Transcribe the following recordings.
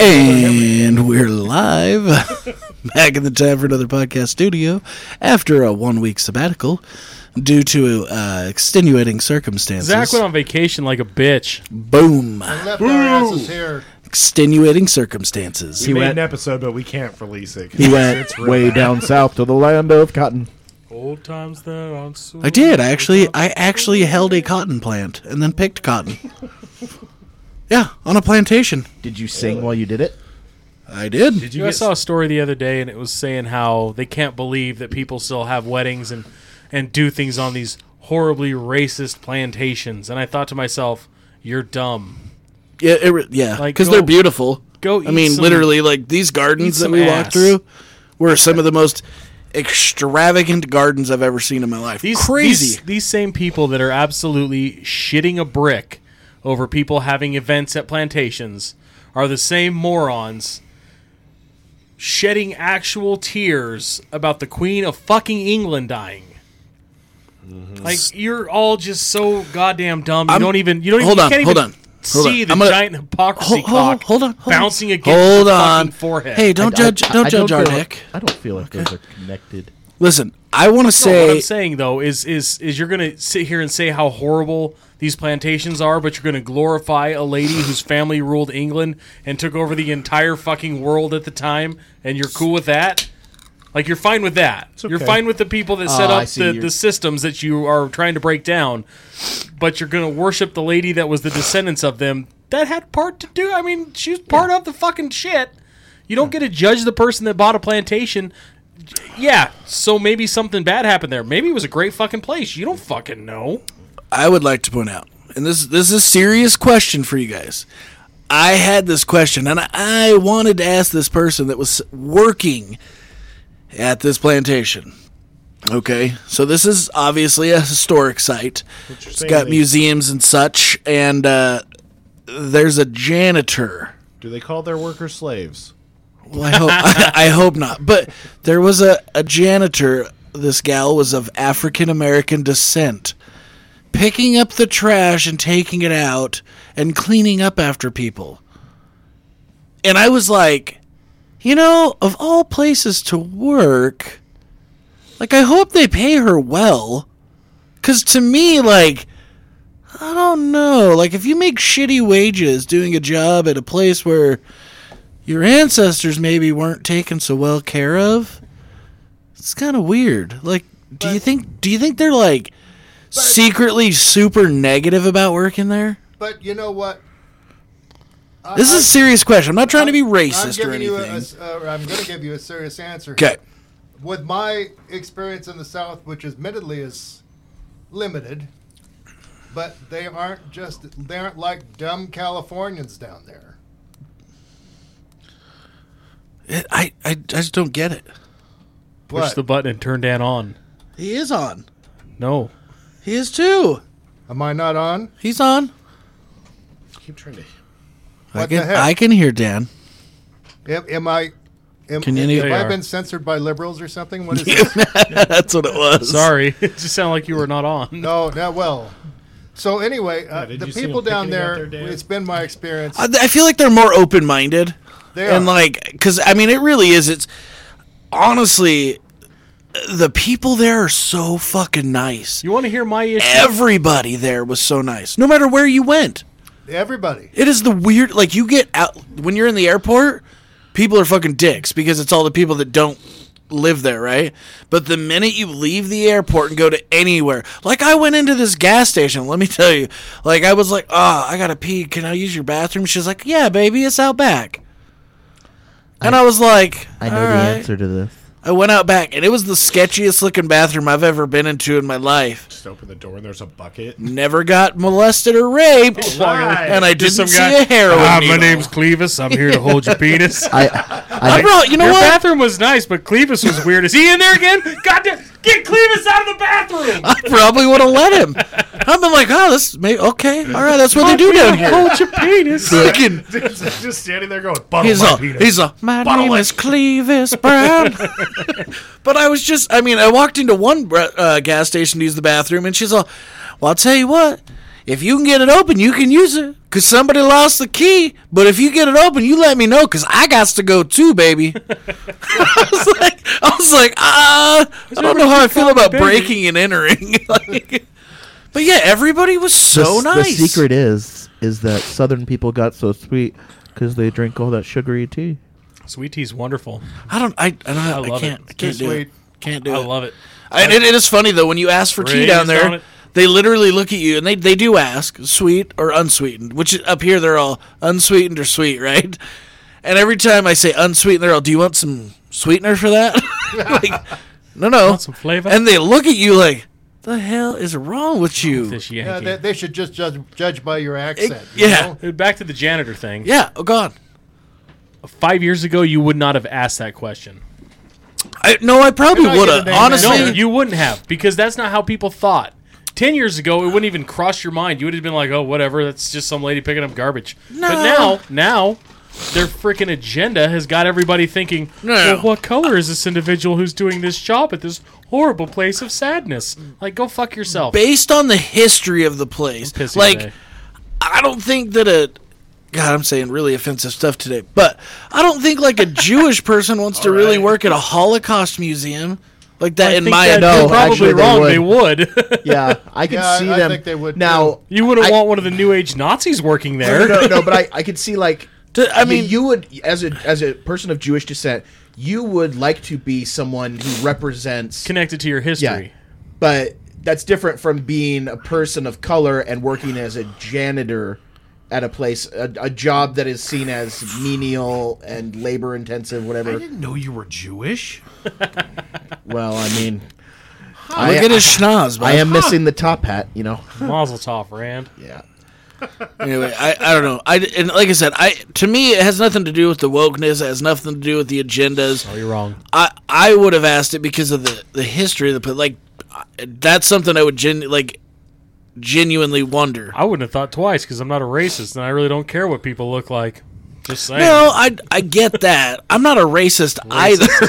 And we're live back in the time for another podcast studio after a one week sabbatical due to uh, extenuating circumstances. Zach went on vacation like a bitch. Boom. left our asses here. Extenuating circumstances. We He, made went- an episode, but we can't release it. went. It's real. way down south to the land of cotton. Old times that on so I did I actually. I actually held a cotton plant and then picked cotton. Yeah, on a plantation. Did you sing while you did it? I did. Did you I get saw a story the other day, and it was saying how they can't believe that people still have weddings and and do things on these horribly racist plantations. And I thought to myself, "You're dumb. Yeah, it, re- yeah, Like, because go- they're beautiful. go I eat mean, some- literally, like these gardens eat that some we walked ass. through were some of the most extravagant gardens I've ever seen in my life. These Crazy. These, these same people that are absolutely shitting a brick over people having events at plantations are the same morons." Shedding actual tears about the Queen of fucking England dying. Like you're all just so goddamn dumb. You Mm-hmm. I'm- don't even you don't hold even, on, you can't hold even on, hold see on. the I'm gonna- giant hypocrisy hold, hold, cock hold on, hold on. bouncing against hold your on. fucking forehead. Hey, don't judge, I- I- don't I judge our feel Nick. Like, I don't feel like those are connected. Listen, I want to No, say what I'm saying though is is is you're gonna sit here and say how horrible these plantations are, but you're gonna glorify a lady whose family ruled England and took over the entire fucking world at the time, and you're cool with that. Like you're fine with that. You're okay. fine with the people that set Ah, I up see. the, You're- the systems that you are trying to break down, but you're gonna worship the lady that was the descendants of them that had part to do. I mean, she's part of the fucking shit. You don't get to judge the person that bought a plantation. Yeah, so maybe something bad happened there. Maybe it was a great fucking place. You don't fucking know. I would like to point out, and this this is a serious question for you guys. I had this question, and I, I wanted to ask this person that was working at this plantation. Okay, so this is obviously a historic site. It's saying got they- museums and such, and uh, there's a janitor. Do they call their workers slaves? Well, I hope I, hope not. But there was a, a janitor. This gal was of African American descent, picking up the trash and taking it out and cleaning up after people. And I was like, you know, of all places to work, like I hope they pay her well, because to me, like. I don't know. Like, if you make shitty wages doing a job at a place where your ancestors maybe weren't taken so well care of. It's kind of weird. Like, do you think do you think they're like secretly super negative about working there? But you know what? I- This is a serious question. I'm not trying to be I'm racist or giving you a, anything. a- uh, I'm going to give you a serious answer. Okay. With my experience in the South, which admittedly is limited, but they aren't just they aren't like dumb Californians down there. I, I I just don't get it. Push What? the button and turn Dan on. He is on. No. He is too. Am I not on? He's on. Keep trying to. I What the can heck? I can hear Dan. Am, am I? Am, Can you- have They I are. been censored by liberals or something? What is this? That's what it was. Sorry. it just sounded like you were not on. no, no. Well, so anyway, uh, did the you see 'em people down picketing out there. there, Dan? it's been my experience. I, I feel like they're more open minded. They and are. like because i mean it really is it's honestly the people there are so fucking nice You want to hear my issue? everybody there was so nice no matter where you went Everybody. it is the weird like you get out when you're in the airport people are fucking dicks because it's all the people that don't live there right but the minute you leave the airport and go to anywhere like i went into this gas station let me tell you like i was like ah i gotta pee can i use your bathroom she's like yeah baby it's out back and i, was like I know "All the right." answer to this. i went out back and it was the sketchiest looking bathroom i've ever been into in my life Just open the door and there's a bucket. never got molested or raped Oh, and i didn't Just some see guy, a heroin "Ah, needle. my name's Clevis. I'm here to hold your penis. I, I I, brought, you know Your what? bathroom was nice, but Clevis was weird. Is he in there again? Goddamn! Get Clevis out of the bathroom! I probably would have let him. I've been like, oh, this may okay, all right, that's what they do down here. Hold your penis. Fucking- just standing there going, bottle he's my a penis. he's a Oh, my name is Clevis Brown. but I was just, I mean, I walked into one bre- uh, gas station to use the bathroom, and she's all, well, I'll tell you what. if you can get it open, you can use it. Cause somebody lost the key. But if you get it open, you let me know. Cause I got to go too, baby. I was like, I was like, ah, I don't know how I feel about baby? breaking and entering. Like, but yeah, everybody was so the, nice. The secret is is that Southern people got so sweet because they drink all that sugary tea. Sweet tea's wonderful. I don't. I. I, don't, I, love can't. it. I can't Too do it. sweet. Can't do I it. love it. And it, it is funny though when you ask for tea Raised down on there, it. they literally look at you and they they do ask sweet or unsweetened. Which is- up here they're all unsweetened or sweet, right? And every time I say unsweetened, they're all, "Do you want some sweetener for that?" like, no, no. Want some flavor? And they look at you like, "The hell is wrong with you?" This Yeah, Yankee. they, they should just judge judge by your accent. you yeah. know? Dude, Back to the janitor thing. Yeah. Oh God. Five years ago, you would not have asked that question. I, no, I probably They're not would gonna have. name that. Honestly, No, See- you wouldn't have because that's not how people thought. Ten years ago, it wouldn't even cross your mind. You would have been like, "Oh, whatever. That's just some lady picking up garbage." But No. now, now, their freaking agenda has got everybody thinking, No. "Well, what color is this individual who's doing this job at this horrible place of sadness?" Like, go fuck yourself. based on the history of the place, Pissy like. today. I don't think that a God, I'm saying really offensive stuff today, but I don't think like a Jewish person wants to really work at a Holocaust museum like that. I in think my that no, you're opinion. probably actually, they wrong. would. They would. Yeah, I can Yeah, I- see I them. think they would, now. you wouldn't I- want one of the new age Nazis working No, there. no, no, but I, I could see like To- I I mean, mean, you would as a as a person of Jewish descent, you would like to be someone who represents Connected to your yeah, history. but that's different from being a person of color and working as a janitor at a place, a, a job that is seen as menial and labor intensive, I whatever. didn't know you were Jewish. Well, I mean, look I, at his schnoz. I man. am missing the top hat, you know. Mazel tov, Rand. Yeah, anyway, I, I don't know. I and like I said, I to me it has nothing to do with the wokeness. It has nothing to do with the agendas. Oh, you're wrong. I I would have asked it because of the the history of the pla- like. I- That's something I would genu- like genuinely wonder. I wouldn't have thought twice because I'm not a racist and I really don't care what people look like. Just saying. No, I I get that. I'm not a racist,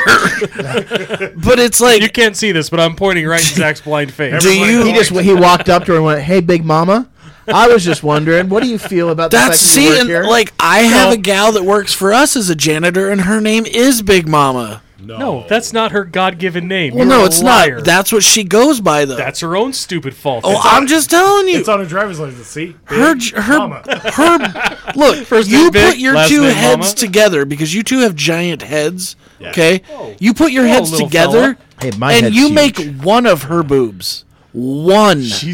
either. but it's like You can't see this, but I'm pointing right in Zach's blind face. do Everybody you- he just he walked up to her and went, "Hey, Big Mama." I was just wondering, what do you feel about the that's fact that you see, work and, here? like I have a gal that works for us as a janitor, and her name is Big Mama. No, No, that's not her God given name. Well, You're no, a it's liar. not. That's what she goes by, though. That's her own stupid fault. oh, I'm just telling you. It's on a driver's license. See, her, Big j- her, mama. her. Look, First you name Big, put your last two name heads Mama. together because you two have giant heads. Yeah. Okay, you put your heads little together, fella. Hey, my and head's you huge. make one of her boobs. One. she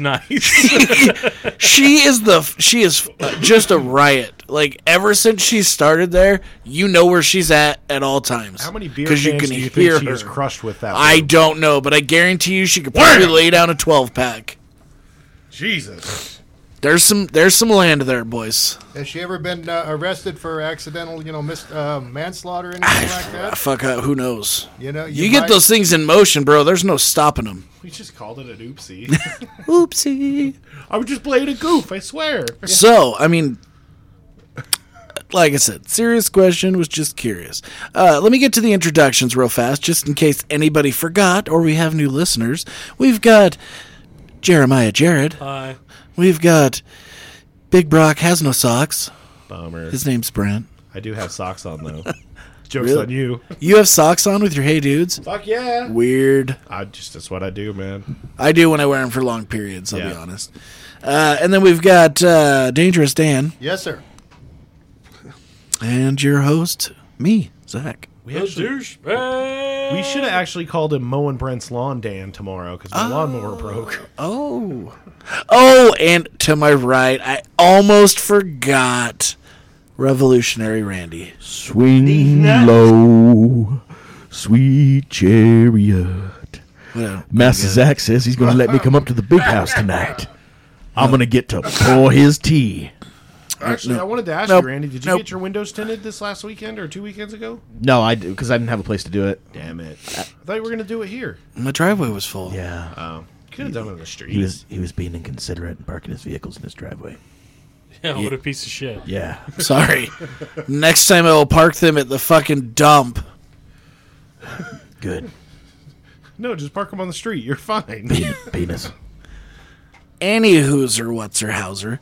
nice. she is the f- she is uh, just a riot. Like ever since she started there, you know where she's at at all times. How many beer cans Because you do you think she is crushed with that? I one? don't know, but I guarantee you, she could probably lay down a twelve pack. Jesus. There's some there's some land there, boys. Has she ever been uh, arrested for accidental, you know, mis- uh, manslaughter or anything like Ah, that? Fuck, uh, who knows? You know, You, you, get might- those things in motion, bro. There's no stopping them. We just called it an oopsie. Oopsie. I was just playing a goof. I swear. So, I mean, like I said, serious question, was just curious. Uh, let me get to the introductions real fast, just in case anybody forgot or we have new listeners. We've got Jeremiah Jared. Hi. We've got Big Brock has no socks. Bummer. His name's Brent. I do have socks on though. Jokes Really? on you. You have socks on with your Hey Dudes? Fuck yeah. Weird. I just that's what I do, man. I do when I wear them for long periods, I'll be Yeah. honest. Uh, and then we've got uh, Dangerous Dan Yes, sir. and your host, me, Zach. We actually, douchebag. we should have actually called him mowing Brent's lawn, Dan, tomorrow because my lawnmower broke. Oh. Oh, and to my right, I almost forgot Revolutionary Randy. Swing low, sweet chariot. Well, Master Zach says he's going to let me come up to the big house tonight. I'm going to get to pour his tea. Actually, I wanted to ask Nope. you, Randy, did you Nope. get your windows tinted this last weekend or two weekends ago? No, I because I didn't have a place to do it. Damn it! I thought you were gonna do it here. my driveway was full. Yeah, Oh, could have done it in the street. he was he was being inconsiderate and parking his vehicles in his driveway. Yeah, what a piece of shit. Yeah, Sorry. Next time I will park them at the fucking dump. good no, just park them on the street. You're fine. Pe- penis. any hooser what's her houser.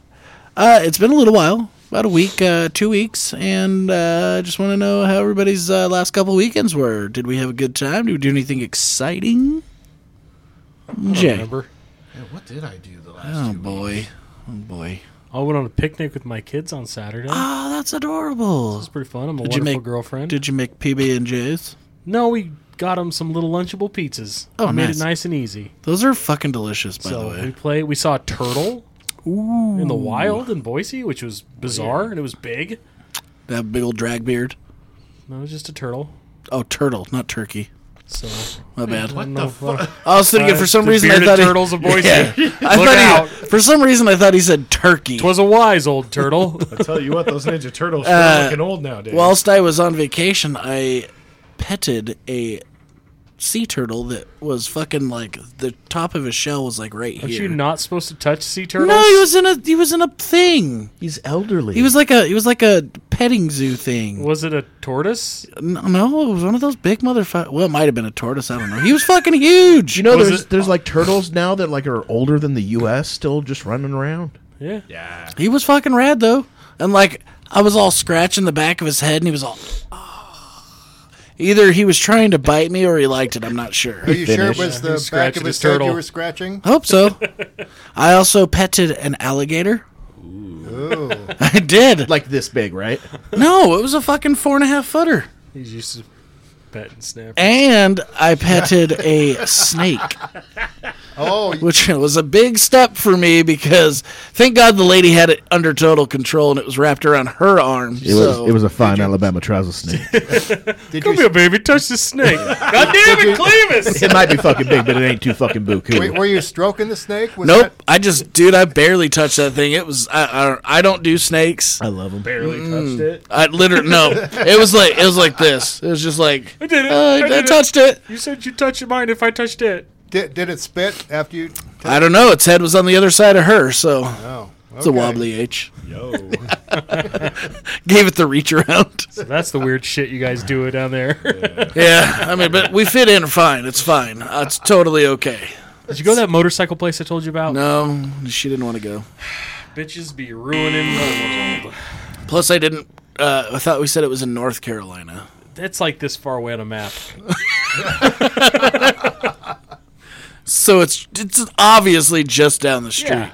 Uh, it's been a little while, about a week, uh, two weeks, and uh, I just want to know how everybody's uh, last couple weekends were. Did we have a good time? Did we do anything exciting? Jay. Remember? Yeah, what did I do the last Oh two boy. weeks? Oh boy. I went on a picnic with my kids on Saturday. It Oh, that's adorable. was pretty fun. I'm a Did you wonderful make- girlfriend. Did you make PB and J's? no, we got them some little Lunchable pizzas. Oh, I made nice. it nice and easy. Those are fucking delicious, by the so we way. play. We saw a turtle in the wild in Boise, which was bizarre and it was big. That big old drag beard. No, it was just a turtle. Oh, turtle, not turkey. So My bad. Oh, What no, the fuck? I was thinking for some Uh, the reason I bearded thought he- turtles of Boise. Yeah. I Look thought out. he, for some reason I thought he said turkey. Was a wise old turtle. I tell you what, those Ninja Turtles sure Uh, are looking old nowadays. Whilst I was on vacation, I petted a sea turtle that was fucking like the top of his shell was like right Aren't here. you not supposed to touch sea turtles? no, he was in a he was in a thing. He's elderly. He was like a he was like a petting zoo thing. Was it a tortoise? No, no, it was one of those big motherfuckers. Well, it might have been a tortoise. I don't know. He was fucking huge. Do you know Was there's it- there's like turtles now that like are older than the U.S. still just running around? Yeah. yeah. He was fucking rad though, and like I was all scratching the back of his head, and he was all. Either he was trying to bite me or he liked it. I'm not sure. Are you sure it was He the back scratched of his his head turtle. you were scratching? Hope so. I also petted an alligator. Ooh. I did. Like this big, right? No, it was a fucking four and a half footer. He's used to pet and snap. And I petted a snake, Oh, you- which was a big step for me because thank God the lady had it under total control and it was wrapped around her arm. It was so it was a fine Alabama trouser snake. did Come you here, baby. Touch the snake. God damn it, Clevis. it might be fucking big, but it ain't too fucking buku. Wait, were you stroking the snake? Was Nope, I just, dude, I barely touched that thing. It was, I, I, don't- I don't do snakes. I love them. Barely Mm. touched it. I literally no. It was like, it was like this. It was just like, I did it. I I, did it. touched it. You said you'd touch mine if I touched it. That, did, did it spit after you? I don't know. Its head was on the other side of her, so Oh, it's a okay. wobbly H. Yo. Gave it the reach around. That's the weird shit you guys do down there. Yeah, I mean, but we fit in fine. It's fine. Uh, it's totally okay. Did you go to that motorcycle place I told you about? No, she didn't want to go. Bitches be ruining the world. Plus, I didn't. Uh, I thought we said it was in North Carolina. That's like this far away on a map. So it's it's obviously just down the street. Yeah.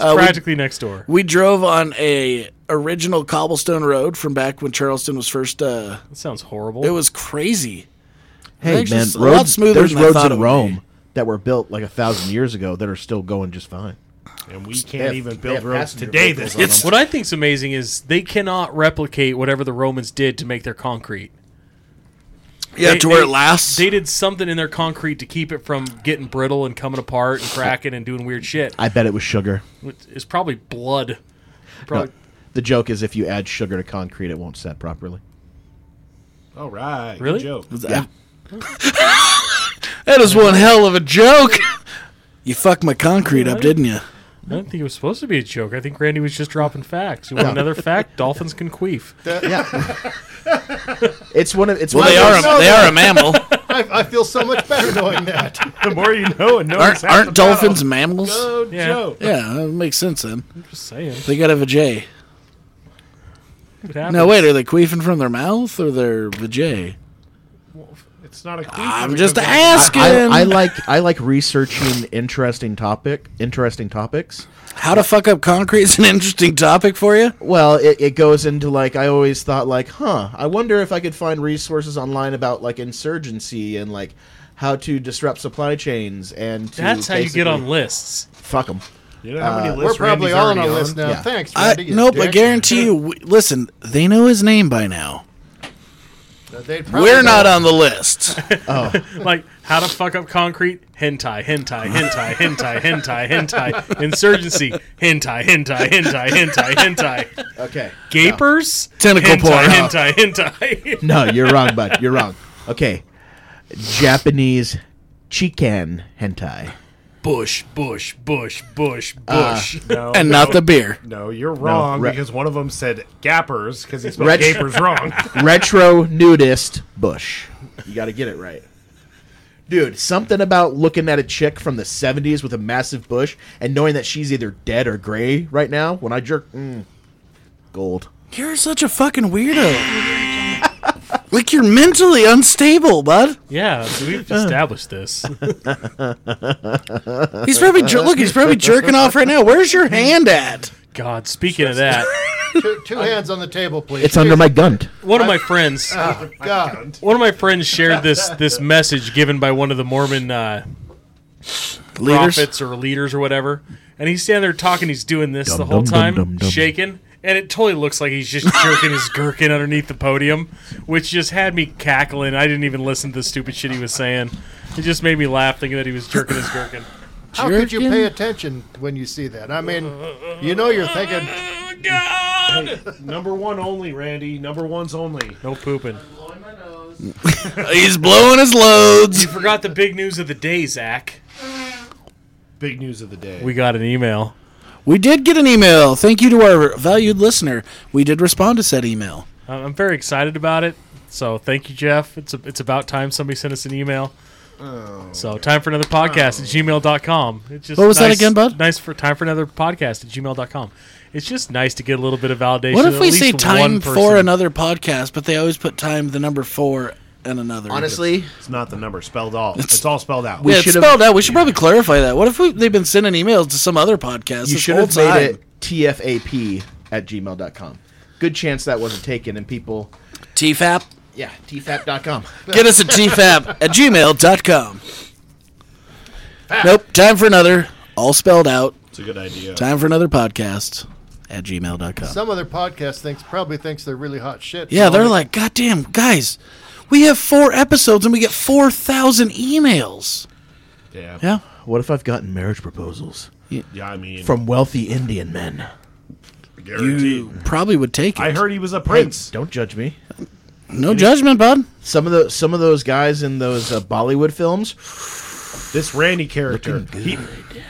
Uh, we, Practically next door. we drove on a original cobblestone road from back when Charleston was first. Uh, That sounds horrible. it was crazy. Hey Actually, man, it's a lot roads, smoother there's than I roads thought it in would Rome that were built like a thousand years ago that are still going just fine. And we can't have- even they build have roads passenger today. vehicles This on it's what I think's amazing is they cannot replicate whatever the Romans did to make their concrete. Yeah, They- to where they- it lasts. They did something in their concrete to keep it from getting brittle and coming apart and cracking and doing weird shit. I bet it was sugar. It's probably blood. No, Probably, the joke is if you add sugar to concrete, it won't set properly. All right. Really? Good joke. Yeah. that is one hell of a joke. you fucked my concrete up, didn't you? I don't think it was supposed to be a joke. I think Randy was just dropping facts. You want another fact? Dolphins can queef. Yeah. it's one of it's Well, one they of are those- a, they are a mammal. I, I feel so much better knowing that. The more you know and know Aren't half aren't the battle. dolphins mammals? Good Yeah. joke. Yeah, that makes sense then. Just saying. They gotta have a J. It happens. Now wait, are they queefing from their mouth or their vajay? It's not a. I'm just ass. asking. I, I like I like researching interesting topic interesting topics. How to fuck up concrete is an interesting topic for you. Well, it, it goes into like I always thought like, huh, I wonder if I could find resources online about like insurgency and like how to disrupt supply chains and to That's how you get basically- on lists. Fuck them. You know how many We're lists probably Randy's all on already our list now. Yeah. Thanks, I, Randy. you nope, I dick. guarantee you. We, listen, they know his name by now. Uh, they'd probably We're know. not on the list. Like how to fuck up concrete? Hentai, hentai, hentai, hentai, hentai, hentai. Insurgency, hentai, hentai, hentai, hentai, hentai. Okay. Gapers, Tentacle hentai, porn. hentai, hentai. No, you're wrong, bud. You're wrong. Okay. Japanese chikan hentai. bush, bush, bush, bush, bush. No, and no, not the beer. No, you're wrong Re- because one of them said gappers because he spelled Ret- gapers wrong. Retro nudist bush. You got to get it right. Dude, something about looking at a chick from the 70s with a massive bush and knowing that she's either dead or gray right now, when I jerk, mm, gold. You're such a fucking weirdo. like you're mentally unstable, bud. Yeah, we've established this. He's probably jer- look. He's probably jerking off right now. Where's your hand at? God, speaking of that, Two, two hands on the table, please. It's under my gunt. one of my friends, Oh, God. one of my friends shared this this message given by one of the Mormon uh, Leaders. prophets or leaders or whatever, and he's standing there talking. He's doing this the whole dum, time, dum, dum. shaking, and it totally looks like he's just jerking his gherkin underneath the podium, which just had me cackling. I didn't even listen to the stupid shit he was saying. It just made me laugh thinking that he was jerking his gherkin. How could you Jerkin? pay attention when you see that? I mean, you know you're thinking, Number one only, Randy. Number one's only. No pooping. He's blowing his loads. You forgot the big news of the day, Zach. Big news of the day. We got an email. We did get an email. Thank you to our valued listener. We did respond to said email. Uh, I'm very excited about it. So thank you, Jeff. It's it's about time somebody sent us an email. so time for another podcast at gmail.com. It's just What was that nice- again, bud? Nice for time for another podcast at gmail.com. It's just nice to get a little bit of validation. What of if at we say least time one for person. another podcast, but they always put time the number four and another? Honestly, It's not the number spelled off. It's, all spelled out. yeah, it's should've- spelled out. We should probably clarify that. What if we, they've been sending emails to some other podcast? you this should whole have made time? it TFAP at gmail.com. Good chance that wasn't taken, and people, TFAP. yeah, TFAP.com. Get us at tfap at gmail.com. Nope. Time for another, all spelled out. It's a good idea. Time for another podcast at gmail.com. some other podcast thinks probably thinks they're really hot shit. Yeah, they're Telling like, God damn, guys, we have four episodes and we get 4,000 emails. Yeah. Yeah. What if I've gotten marriage proposals Yeah, I mean, from wealthy Indian men? You probably would take it. I heard he was a prince. Don't judge me. no judgment, bud. Some of the some of those guys in those uh, Bollywood films, This Randy character. He,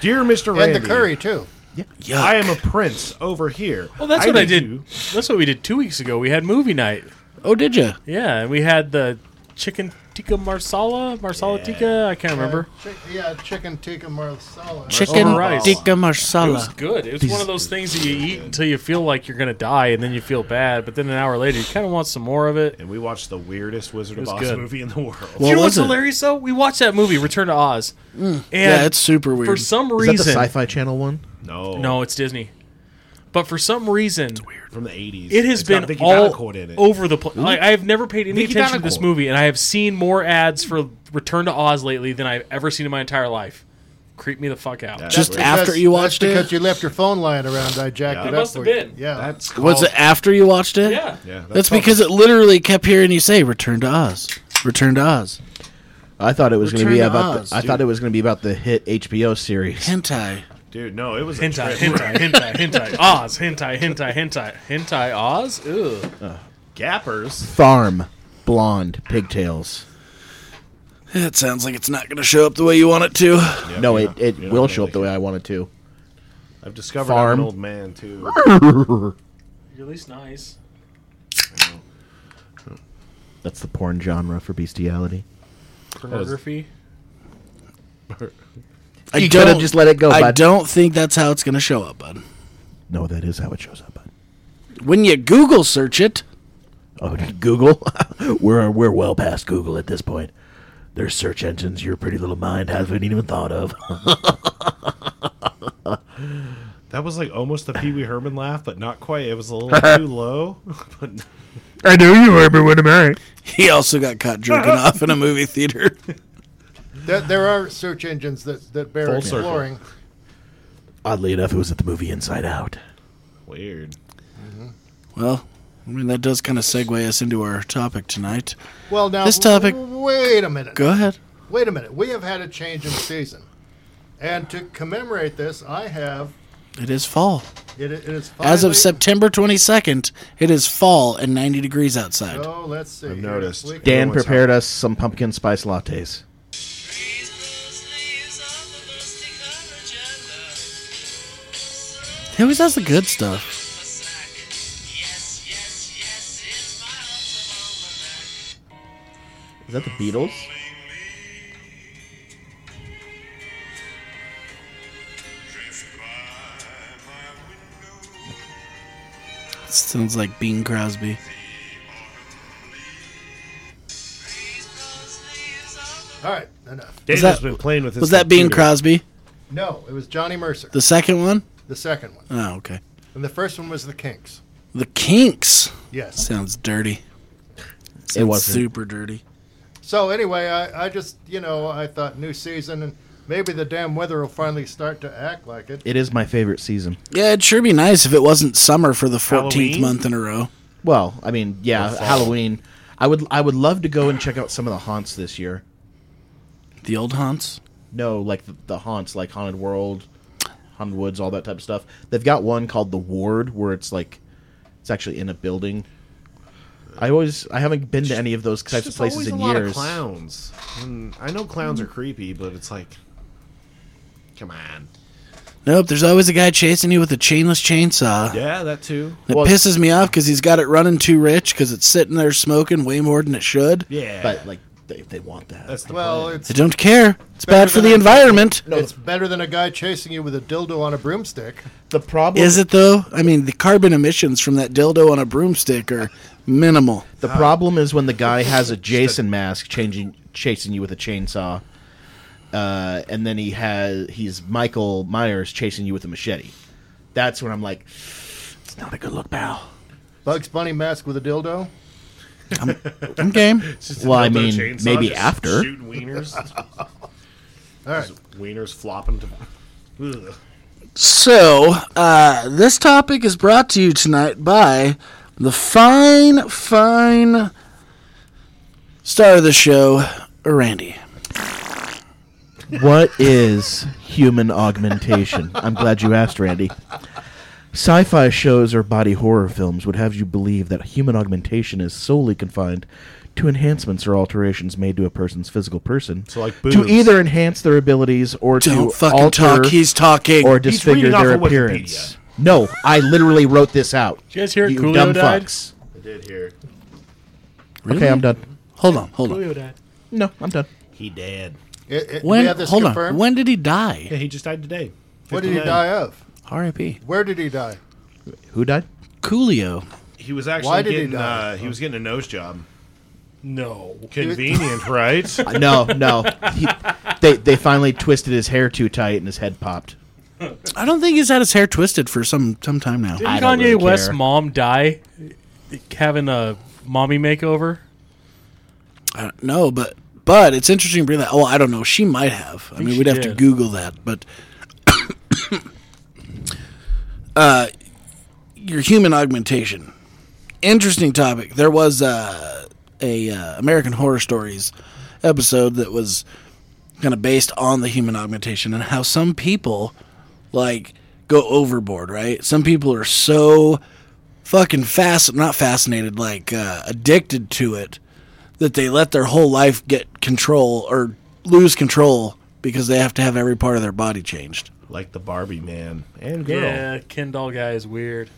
dear Mr. it. And Randy. the curry, too. Yuck. I am a prince over here. Well, that's what I did. you. That's what we did two weeks ago. We had movie night. oh, did you? Yeah, and we had the chicken tikka marsala, marsala tikka. I can't remember. Chick- yeah, chicken tikka marsala. Chicken Over rice. tikka It was marsala. good. It was one of those things that you eat until you feel like you're gonna die, and then you feel bad. But then an hour later, you kind of want some more of it. And we watched the weirdest Wizard of was Oz good. movie in the world. What you know was what's it? hilarious though? We watched that movie, Return to Oz, Mm. and Yeah, it's super weird. for some is that the reason. Sci-Fi Channel one? no. no, it's Disney. But for some reason, From the 80s. it has It's got been Vicky all Valancourt in it. over the place. Like, I have never paid any Vicky attention to this Valancourt. movie, and I have seen more ads for Return to Oz lately than I've ever seen in my entire life. Creep me the fuck out. Yeah. Just That's after That's- you that's watched it? Because you left your phone lying around. I jacked Yeah. it It up. must have for you. been. Yeah. That's called, Was it after you watched it? yeah. Yeah, That's because it literally kept hearing you say "Return to Oz." Return to Oz. I thought it was going to Return be to about. Oz, the, I thought it was going to be about the hit HBO series. Hentai. dude. No, it was a Hentai, trip. hentai, hentai, hentai, Oz, hentai, hentai, hentai, hentai, Oz. Ew. Gappers. Farm, blonde, pigtails. It sounds like it's not going to show up the way you want it to. Yeah, no, yeah. it, it You don't will really show up the way I want it to. I've discovered Farm. I'm an old man too. You're at least nice. That's the porn genre for bestiality. Pornography. I You could have don't- just let it go, I bud. don't think that's how it's going to show up, bud. No, that is how it shows up. Bud. When you Google search it, Oh, Google. we're we're well past Google at this point. There's search engines your pretty little mind hasn't even thought of. That was like almost the Pee Wee Herman laugh, but not quite. It was a little too low. But I knew you were everyone to marry. he also got caught jerking off in a movie theater. There, there are search engines that, that bear Full circle. exploring. Oddly enough, it was at the movie Inside Out. weird. Well, I mean that does kind of segue us into our topic tonight. Well, now This topic- w- Wait a minute. Go ahead. Wait a minute. We have had a change in season, and to commemorate this, I have It is fall. it. It is finally, As of September 22nd, it is fall and 90 degrees outside. Oh, let's see. I've noticed. Dan Everyone's prepared us some pumpkin spice lattes. He always has the good stuff. Is that the Beatles? Sounds like Bean Crosby. All right, enough. Data's that- been playing with his Was that Bean computer. Crosby? No, it was Johnny Mercer, The second one? the second one, Oh, okay. and the first one was the Kinks. The Kinks. Yes. Sounds dirty. It Sounds wasn't. super dirty. So anyway, I, I just you know I thought new season and maybe the damn weather will finally start to act like it. It is my favorite season. Yeah, it'd sure be nice if it wasn't summer for the 14th Halloween? month in a row. Well, I mean, yeah, Or fall. Halloween. I would I would love to go and check out some of the haunts this year. The old haunts. No, like the, the haunts, like Haunted World, Haunted Woods, all that type of stuff. They've got one called the Ward, where it's like it's actually in a building. I always I haven't been to any of those It's types of just places always in a lot years. Of clowns. And I know clowns are creepy, but it's like, come on. Nope, there's always a guy chasing you with a chainless chainsaw. Yeah, that too. It Well- pisses me off because he's got it running too rich because it's sitting there smoking way more than it should. Yeah, But like they, they want that. that's the Well, plan. it's I don't care. It's bad for than the I- environment. it's better than a guy chasing you with a dildo on a broomstick. the problem Is it though? I mean, the carbon emissions from that dildo on a broomstick are minimal. The problem is when the guy has a Jason mask changing chasing you with a chainsaw. Uh, and then he has he's Michael Myers chasing you with a machete. That's when I'm like, it's not a good look, pal. Bugs Bunny mask with a dildo. I'm game. It's just a well, I dildo mean, chainsaw, maybe just after. shooting wieners, All right. wieners flopping to. Ugh. So, uh, this topic is brought to you tonight by the fine, fine star of the show, Randy. What is human augmentation? I'm glad you asked, Randy. Sci fi shows or body horror films would have you believe that human augmentation is solely confined to enhancements or alterations made to a person's physical person So, like to boobs. either enhance their abilities or Don't to fucking alter talk. He's talking. or He's disfigure reading off their of Wikipedia. appearance. No, I literally wrote this out. Did you guys hear You Coolio dumb died? fucks. I did hear Okay, I'm done. hold on, hold on. Coolio died. No, I'm done. he dead. It, it, do we When? have this Hold on. confirmed? When did he die? Yeah, he just died today. What did he 59. die of? R.I.P. Where did he die? Who died? Coolio. He was actually Why did he getting die? Uh, he was getting a nose job. No. Convenient, right? No, no. He, they they finally twisted his hair too tight and his head popped. I don't think he's had his hair twisted for some some time now. Didn't I Kanye don't really West's care. mom die having a mommy makeover? I don't know, but but it's interesting to bring that. Oh, I don't know. She might have. I, mean, she we'd have to did. Google that. But uh, your human augmentation, interesting topic. There was uh, a uh, American Horror Stories episode that was kind of based on the human augmentation and how some people like go overboard. Right? Some people are so fucking fast, not fascinated, like uh, addicted to it that they let their whole life get control or lose control because they have to have every part of their body changed. like the Barbie man and girl. Yeah, Ken doll guy is weird.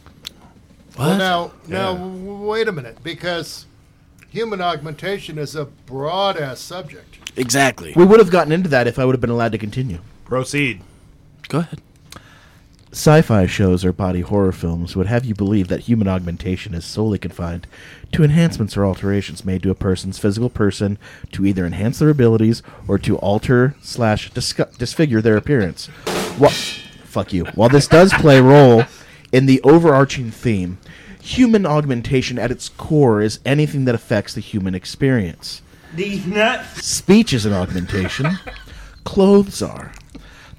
What? Now, now, w- wait a minute, because human augmentation is a broad ass subject. Exactly. We would have gotten into that if I would have been allowed to continue. Proceed. Go ahead. Sci-fi shows or body horror films would have you believe that human augmentation is solely confined to enhancements or alterations made to a person's physical person to either enhance their abilities or to alter slash disgu- disfigure their appearance. Wha- fuck you. While this does play a role in the overarching theme, human augmentation at its core is anything that affects the human experience. Speech is an augmentation. Clothes are.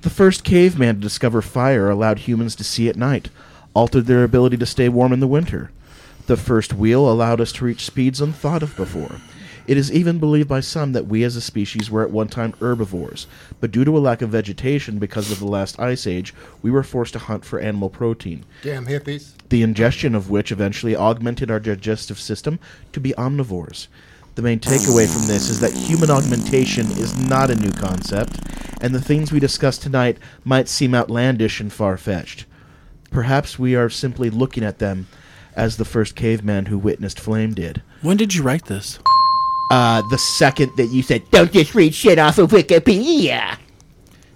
The first caveman to discover fire allowed humans to see at night, altered their ability to stay warm in the winter. The first wheel allowed us to reach speeds unthought of before. It is even believed by some that we as a species were at one time herbivores, but due to a lack of vegetation because of the last ice age, we were forced to hunt for animal protein Damn hippies. the ingestion of which eventually augmented our digestive system to be omnivores. The main takeaway from this is that human augmentation is not a new concept, and the things we discuss tonight might seem outlandish and far fetched. Perhaps we are simply looking at them as the first caveman who witnessed flame did. When did you write this? Uh, the second that you said, don't just read shit off of Wikipedia.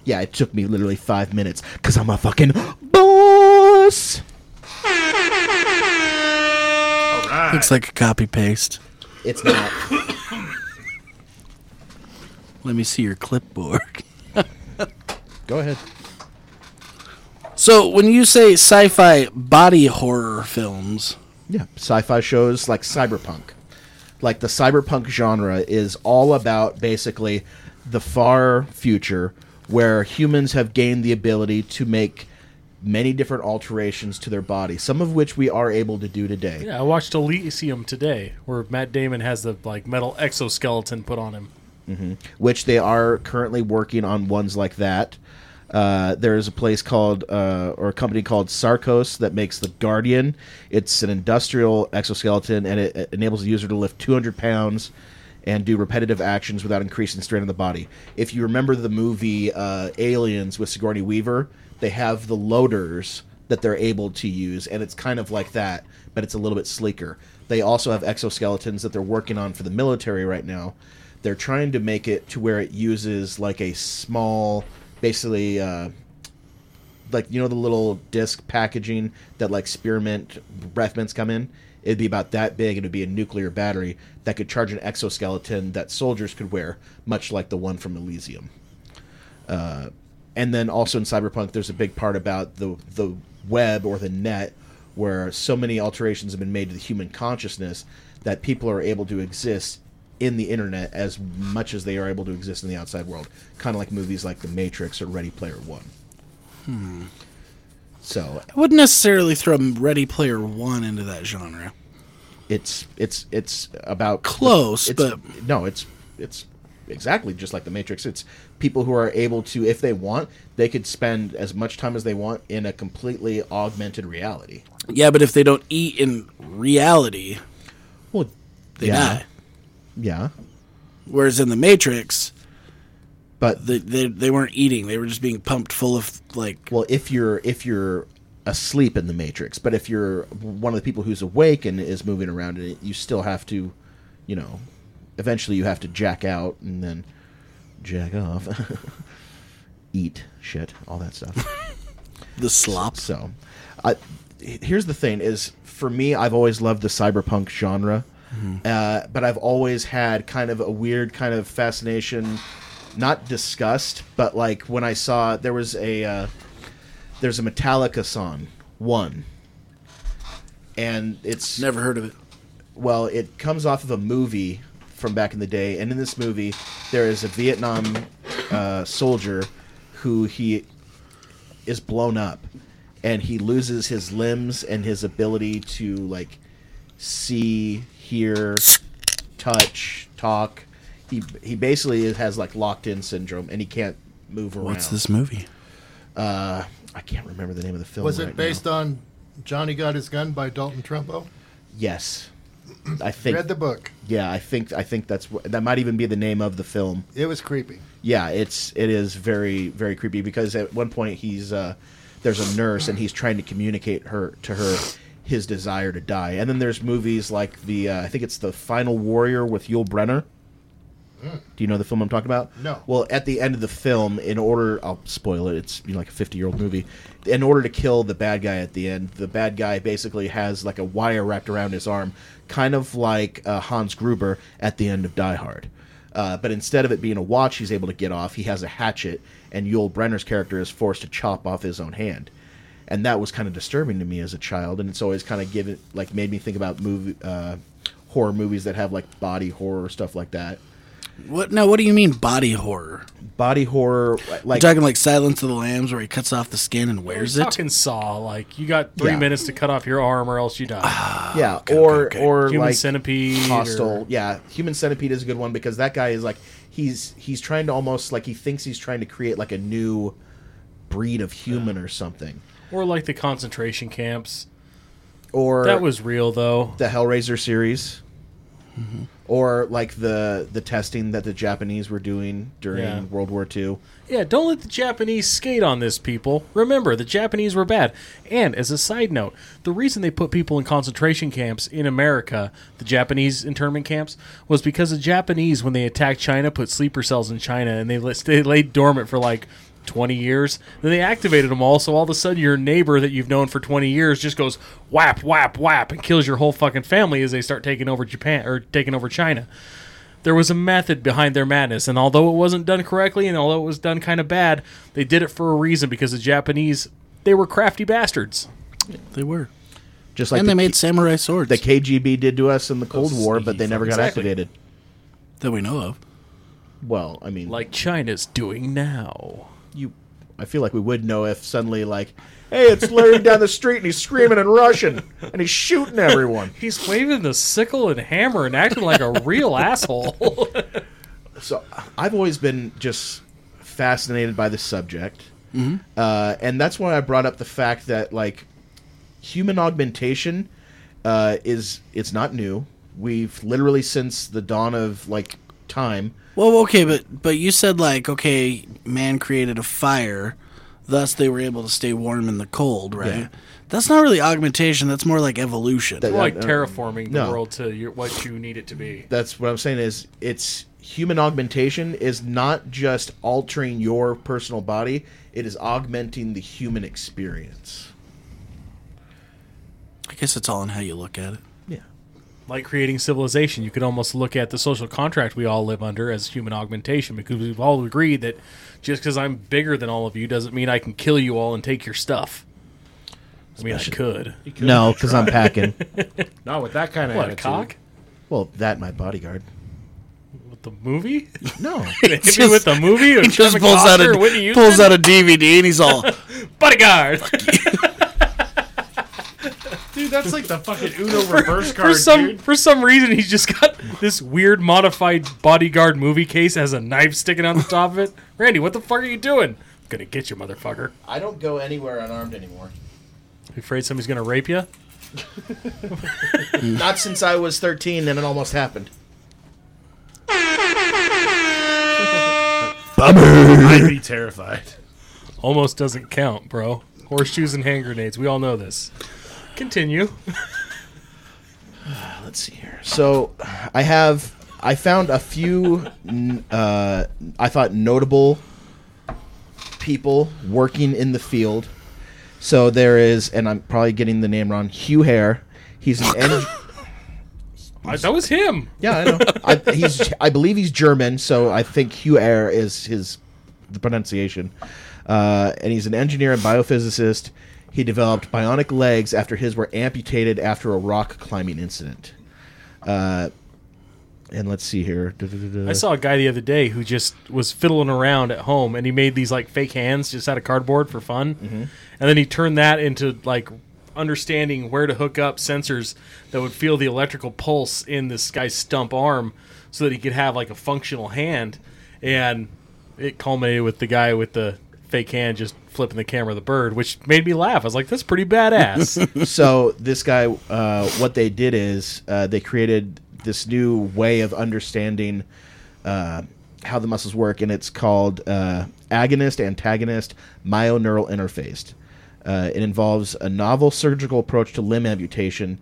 Yeah, it took me literally five minutes, because I'm a fucking boss. God. Looks like a copy paste. It's not. Let me see your clipboard. Go ahead. So when you say sci-fi body horror films, Yeah, sci-fi shows like cyberpunk. Like the cyberpunk genre is all about basically the far future where humans have gained the ability to make many different alterations to their body, some of which we are able to do today. Yeah, I watched Elysium today, where Matt Damon has the like metal exoskeleton put on him. which they are currently working on ones like that. Uh, there is a place called, uh, or a company called Sarcos that makes the Guardian. It's an industrial exoskeleton, and it, it enables the user to lift 200 pounds and do repetitive actions without increasing strain on the body. If you remember the movie uh, Aliens with Sigourney Weaver, they have the loaders that they're able to use, and it's kind of like that, but it's a little bit sleeker. They also have exoskeletons that they're working on for the military right now. They're trying to make it to where it uses like a small, basically, uh, like you know the little disc packaging that like spearmint breath mints come in. It'd be about that big, and it'd be a nuclear battery that could charge an exoskeleton that soldiers could wear, much like the one from Elysium and then also in cyberpunk there's a big part about the the web or the net where so many alterations have been made to the human consciousness that people are able to exist in the internet as much as they are able to exist in the outside world kind of like movies like the matrix or ready player one so I wouldn't necessarily throw Ready Player One into that genre. it's it's it's about Close, it's- but- no, it's it's exactly just like the Matrix. It's people who are able to, if they want, they could spend as much time as they want in a completely augmented reality. Yeah, but if they don't eat in reality, Well, they yeah, die. yeah, Whereas in the Matrix, but they, they they weren't eating; they were just being pumped full of like well, if you're if you're asleep in the Matrix, but if you're one of the people who's awake and is moving around in it, you still have to, you know, eventually you have to jack out and then jack off, eat shit, all that stuff. the slop. So, I, here's the thing: is for me, I've always loved the cyberpunk genre, uh, but I've always had kind of a weird kind of fascination, not disgust, but like when I saw there was a uh, there's a Metallica song one, and it's Never heard of it. well, it comes off of a movie from back in the day, and in this movie, there is a Vietnam uh, soldier who he is blown up, and he loses his limbs and his ability to like see, hear, touch, talk. He he basically has like locked in syndrome, and he can't move around. What's this movie? Uh, I can't remember the name of the film. Was right it now. based on Johnny Got His Gun by Dalton Trumbo? Yes, I think. Read the book. yeah, I think I think that's wh- that might even be the name of the film. It was creepy. yeah, it's it is very very creepy because at one point he's uh, there's a nurse and he's trying to communicate her to her his desire to die, and then there's movies like the uh, I think it's the Final Warrior with Yul Brenner. Do you know the film I'm talking about? No. Well, at the end of the film, in order I'll spoil it. It's you know, like a 50 year old movie. In order to kill the bad guy at the end, the bad guy basically has like a wire wrapped around his arm, kind of like uh, Hans Gruber at the end of Die Hard. Uh, but instead of it being a watch, he's able to get off. He has a hatchet, and Yul Brenner's character is forced to chop off his own hand and that was kind of disturbing to me as a child and it's always kind of given like made me think about movie uh, horror movies that have like body horror stuff like that What? No, what do you mean body horror? body horror like You're talking like Silence of the Lambs, where he cuts off the skin and wears We're it. Talking Saw, like you got three Yeah. minutes to cut off your arm or else you die. Ah, yeah or okay, okay. or Human like centipede. hostile Or, yeah human centipede is a good one because that guy is like he's he's trying to almost like he thinks he's trying to create like a new breed of human or something or like the concentration camps. or That was real though. the Hellraiser series, Mm-hmm. or like the the testing that the Japanese were doing during Yeah. World War II. Yeah, don't let the Japanese skate on this, people. Remember, the Japanese were bad. And as a side note, the reason they put people in concentration camps in America, the Japanese internment camps, was because the Japanese, when they attacked China, put sleeper cells in China and they, lis- they laid dormant for like 20 years. Then they activated them all, so all of a sudden your neighbor that you've known for 20 years just goes whap, whap, whap, and kills your whole fucking family as they start taking over Japan or taking over China. There was a method behind their madness, and although it wasn't done correctly and although it was done kind of bad, they did it for a reason because the Japanese, they were crafty bastards. They were. Just like and the, they made samurai swords the KGB did to us in the Cold War, but they never got Exactly. activated. that we know of. Well, I mean, Like China's doing now. you, I feel like we would know if suddenly like, hey, it's Larry down the street and he's screaming in Russian and he's shooting everyone. He's waving the sickle and hammer and acting like a real asshole. So I've always been just fascinated by this subject, uh, and that's why I brought up the fact that like human augmentation uh, is it's not new. We've literally since the dawn of like time. Well, okay, but but you said like okay, man created a fire, thus they were able to stay warm in the cold, right? Yeah. That's not really augmentation. That's more like evolution. That- like uh, terraforming the no. world to your, what you need it to be. That's what I'm saying is it's human augmentation is not just altering your personal body; it is augmenting the human experience. I guess it's all in how you look at it. Yeah. Like creating civilization, you could almost look at the social contract we all live under as human augmentation because we've all agreed that just because I'm bigger than all of you doesn't mean I can kill you all and take your stuff. I mean, I could. You could. No, because I'm packing. Not with that kind of What, attitude. cock? well, that and my bodyguard. With the movie? No. Hit me with the movie? Or He just Kevin pulls out Costner or Whitney a Houston? pulls out a DVD and he's all Bodyguard! Dude, that's like the fucking Uno reverse for card, some dude. for some reason he's just got this weird modified bodyguard movie case that has a knife sticking on the top of it. Randy, what the fuck are you doing? I'm gonna get you, motherfucker. I don't go anywhere unarmed anymore. You afraid somebody's gonna rape you? Not since I was 13, and it almost happened. I'd be terrified. Almost doesn't count, bro. Horseshoes and hand grenades. We all know this. Continue. Let's see here. So, I have I found a few n- uh, I thought notable people working in the field. So there is, and I'm probably getting the name wrong. Hugh Hare. He's an en- I- that was him. yeah, I know. I, he's I believe he's German, so I think Hugh Air is his the pronunciation. Uh, and he's an engineer and biophysicist. He developed bionic legs after his were amputated after a rock climbing incident. Uh, and let's see here. Da-da-da-da. I saw a guy the other day who just was fiddling around at home, and he made these like fake hands just out of cardboard for fun, and then he turned that into like understanding where to hook up sensors that would feel the electrical pulse in this guy's stump arm, so that he could have like a functional hand, and it culminated with the guy with the fake hand just flipping the camera of the bird, which made me laugh. I was like, "That's pretty badass." so this guy, uh, what they did is uh, they created this new way of understanding uh, how the muscles work, and it's called uh, agonist antagonist myoneural interface. Uh, it involves a novel surgical approach to limb amputation,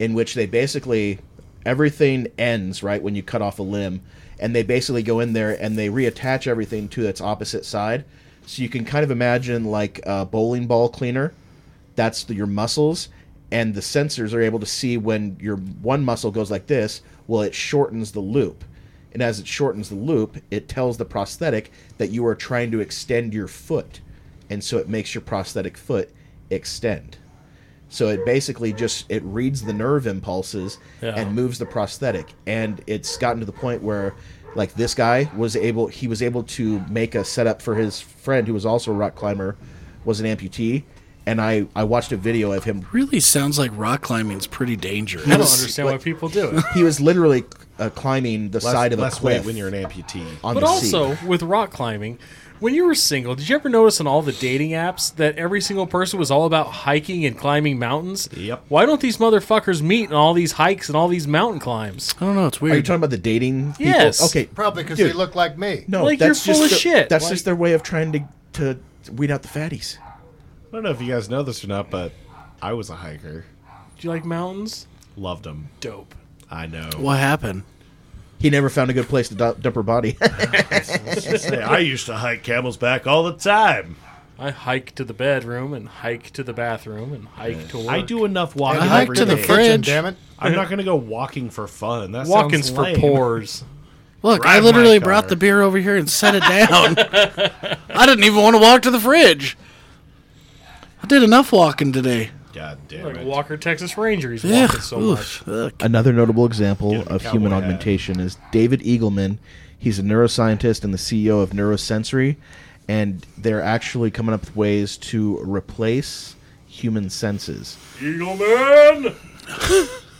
in which they basically everything ends right when you cut off a limb, and they basically go in there and they reattach everything to its opposite side. So you can kind of imagine like a bowling ball cleaner that's the, your muscles and the sensors are able to see when your one muscle goes like this well it shortens the loop and as it shortens the loop it tells the prosthetic that you are trying to extend your foot and so it makes your prosthetic foot extend so it basically just it reads the nerve impulses Yeah. and moves the prosthetic and it's gotten to the point where like this guy was able he was able to make a setup for his friend who was also a rock climber was an amputee and i i watched a video of him really sounds like rock climbing's pretty dangerous. I don't understand why people do it. he was literally uh, climbing the Less, side of less a weight cliff when you're an amputee. on But the also sea. with rock climbing, when you were single, did you ever notice on all the dating apps that every single person was all about hiking and climbing mountains? Yep. Why don't these motherfuckers meet on all these hikes and all these mountain climbs? I don't know. It's are you weird. talking about the dating people? Yes. okay Probably because Dude. they look like me. no Like, that's you're just full of the- shit. that's Like- just their way of trying to to weed out the fatties I don't know if you guys know this or not, but I was a hiker. Do you like mountains? Loved them. Dope. I know. what happened? He never found a good place to dump, dump her body. Say, I used to hike camel's back all the time. I hike to the bedroom and hike to the bathroom and hike to work. I do enough walking. I hike every to the day. fridge. Kitchen, damn it. I'm not going to go walking for fun. That walking's sounds for lame. pores. Look, I Drive my literally car. brought the beer over here and set it down. I didn't even want to walk to the fridge. I did enough walking today. God damn Like it. Walker Texas Ranger, he's Yeah. walking so much. Oof. Uh, Ugh. Another notable example him a of cowboy human hat. augmentation is David Eagleman. He's a neuroscientist and the CEO of Neurosensory, and they're actually coming up with ways to replace human senses. Eagleman!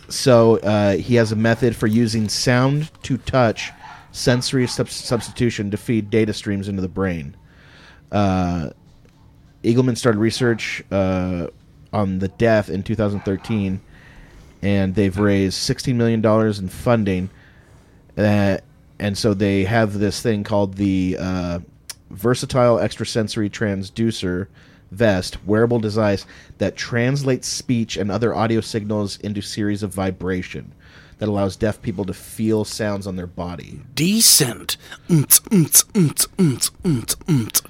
So uh, he has a method for using sound to touch sensory sub- substitution to feed data streams into the brain. Uh, Eagleman started research uh, on the deaf in 2013, and they've raised 16 million dollars in funding. Uh, and so they have this thing called the uh, versatile extrasensory transducer vest, wearable device that translates speech and other audio signals into series of vibration that allows deaf people to feel sounds on their body. Decent. Mm-ts, mm-ts, mm-ts, mm-ts, mm-ts, mm-ts.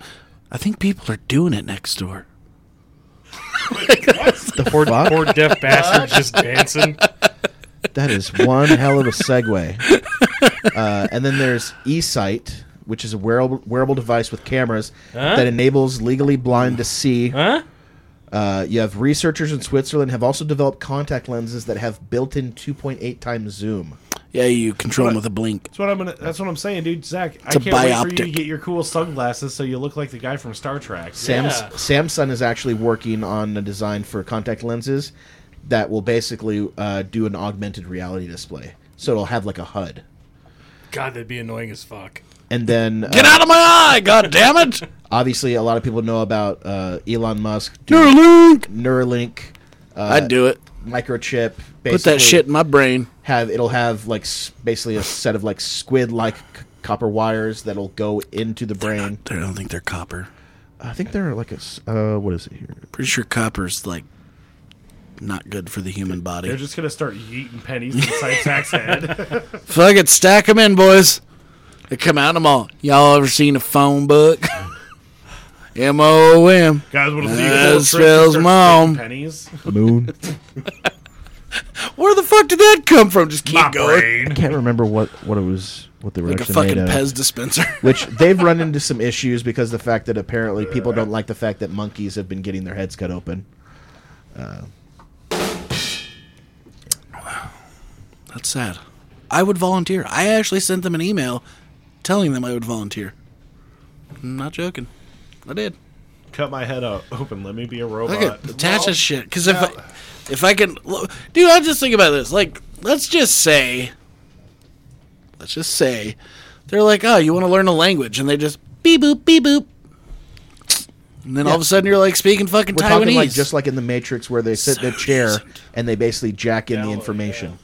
I think people are doing it next door. The poor, Poor deaf bastard just dancing. That is one hell of a segue. Uh, and then there's eSight, which is a wearable, wearable device with cameras that enables legally blind to see. Huh? Uh, you have researchers in Switzerland have also developed contact lenses that have built-in 2.8 times zoom. Yeah, you control them with a blink. That's what I'm gonna. That's what I'm saying, dude. Zach, I a can't wait for you to bioptic. get your cool sunglasses so you look like the guy from Star Trek. Sam's, Yeah. Samsung is actually working on a design for contact lenses that will basically uh, do an augmented reality display. So it'll have like a HUD, God, that'd be annoying as fuck. and then Get uh, out of my eye! God damn it! obviously a lot of people know about uh, Elon Musk doing Neuralink. Neuralink I'd do it. microchip. Basically, Put that shit in my brain. Have it'll have like s- basically a set of like squid-like c- copper wires that'll go into the brain. I don't think they're copper. I think they're like a s- uh, what is it here? Pretty sure copper's like not good for the human They're body. just gonna start yeeting pennies inside Zach's head. Fuck it, stack them in, boys. They come out in the mall. Y'all ever seen a phone book? M O O M. Guys want to see That cool tricks and spells start mom. spitting pennies. Moon. Where the fuck did that come from? Just keep My going. brain. Can't remember what what it was what they were Like a actually fucking made of. Pez dispenser. Which they've run into some issues because the fact that apparently people don't like the fact that monkeys have been getting their heads cut open. That's sad. I would volunteer. I actually sent them an email telling them I would volunteer. I'm not joking. I did. Cut my head up open. Let me be a Look robot. at attach that shit. Because if I, if I can, lo- dude, I just think about this. Like, let's just say, let's just say, they're like, oh, you want to learn a language, and they just beep boop beep boop, and then all of a sudden you're like speaking fucking We're Taiwanese. talking like just like in the Matrix where they sit in their chair isn't. and they basically jack in the information.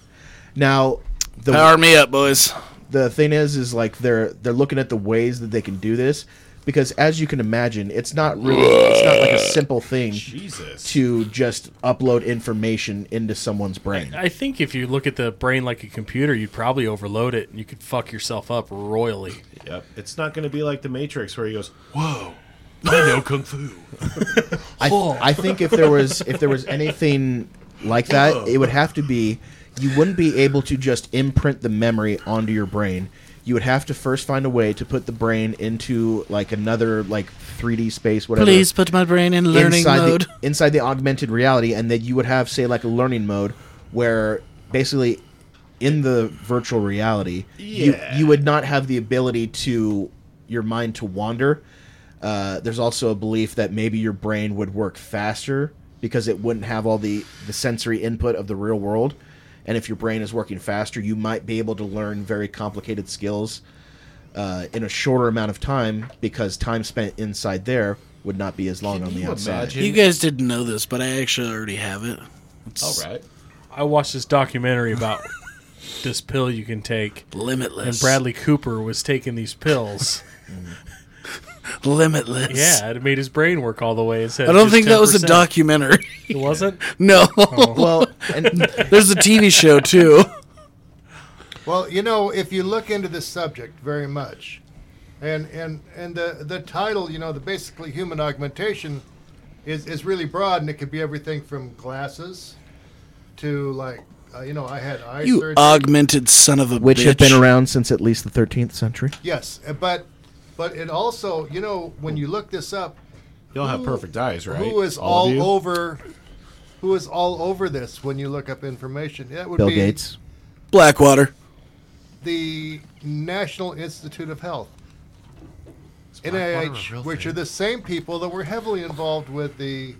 Now, the Power me up, boys. the thing is, is like they're they're looking at the ways that they can do this because, as you can imagine, it's not really it's not like a simple thing Jesus. to just upload information into someone's brain. I think if you look at the brain like a computer, you'd probably overload it and you could fuck yourself up royally. Yep. It's not gonna be like the Matrix where he goes, "Whoa, I know kung fu." I, I think if there was if there was anything like that, it would have to be you wouldn't be able to just imprint the memory onto your brain. You would have to first find a way to put the brain into like another like 3D space, whatever. Please put my brain in learning inside mode. the inside the augmented reality, and then you would have say like a learning mode where basically in the virtual reality, Yeah. you you would not have the ability to your mind to wander. Uh, there's also a belief that maybe your brain would work faster because it wouldn't have all the the sensory input of the real world. And if your brain is working faster, you might be able to learn very complicated skills uh, in a shorter amount of time because time spent inside there would not be as long on the you outside. imagine? you guys didn't know this, but I actually already have it. All right. I watched this documentary about this pill you can take, Limitless. and Bradley Cooper was taking these pills. Limitless. yeah, it made his brain work all the way. It said I don't just think that was a 10%. documentary. It wasn't. no. Oh. Well, and There's a TV show too. Well, you know, if you look into this subject very much, and and and the the title, you know, the basically human augmentation, is is really broad, and it could be everything from glasses to like, uh, you know, I had eye You surgery. augmented son of a which bitch. have been around since at least the 13th century. yes, uh, but but it also, you know, when you look this up, Y'all have Who- perfect eyes, right? who is All of all, you? over? Who is all over this when you look up information? That would Bill be Gates. Blackwater. the National Institute of Health. Blackwater a NIH, real which thing? are the same people that were heavily involved with the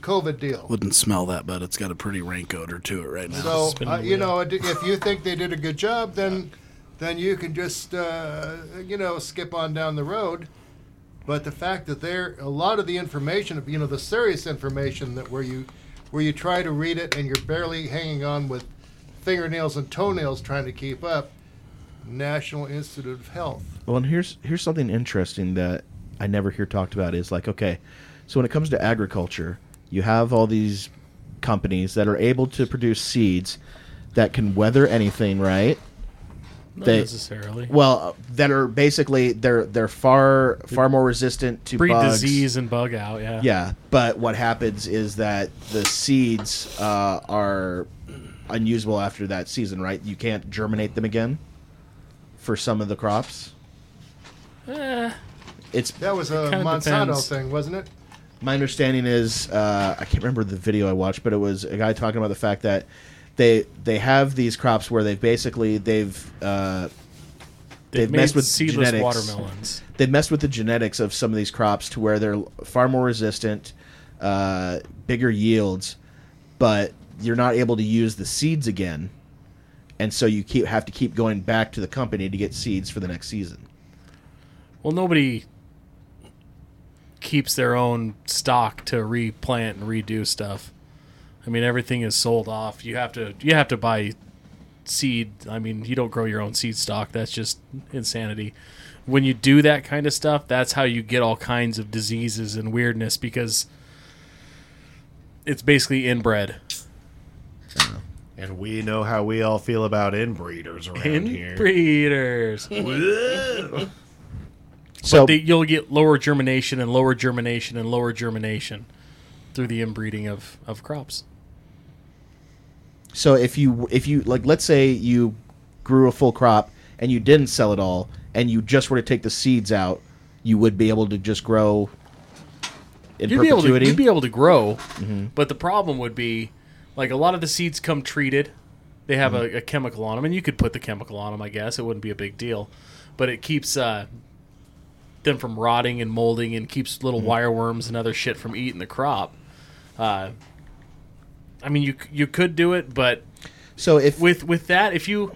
COVID deal. Wouldn't smell that, but it's got a pretty rank odor to it right now. So Spin uh, the you wheel. know, if you think they did a good job, then then you can just uh, you know skip on down the road. But the fact that there a lot of the information, you know, the serious information that where you where you try to read it and you're barely hanging on with fingernails and toenails trying to keep up. National Institute of Health. Well, and here's here's something interesting that I never hear talked about is like okay, so when it comes to agriculture, you have all these companies that are able to produce seeds that can weather anything, right? Not They- necessarily. Well, uh, that are basically they're they're far far more resistant to Breed bugs. disease and bug out. Yeah. Yeah, but what happens is that the seeds uh, are unusable after that season, right? You can't germinate them again for some of the crops. Eh, It's That was a kinda Monsanto depends. thing, wasn't it? my understanding is uh, I can't remember the video I watched, but it was a guy talking about the fact that they they have these crops where they've basically they've uh, they've, They've made messed with seedless genetics. watermelons. they messed with the genetics of some of these crops to where they're far more resistant, uh, bigger yields, but you're not able to use the seeds again, and so you keep have to keep going back to the company to get seeds for the next season. Well, nobody keeps their own stock to replant and redo stuff. I mean, everything is sold off. You have to you have to buy seed. I mean, you don't grow your own seed stock. That's just insanity. When you do that kind of stuff, that's how you get all kinds of diseases and weirdness because it's basically inbred. And we know how we all feel about inbreeders around here. Inbreeders. So They- you'll get lower germination and lower germination and lower germination through the inbreeding of, of crops. So if you if you like let's say you grew a full crop and you didn't sell it all and you just were to take the seeds out, you would be able to just grow in You'd be, able to, perpetuity. you'd be able to grow, but the problem would be like a lot of the seeds come treated. They have a, a chemical on them, and you could put the chemical on them, I guess. It wouldn't be a big deal. But it keeps uh, them from rotting and molding and keeps little wireworms and other shit from eating the crop. Uh, I mean, you, c- you could do it, but so if with with that if you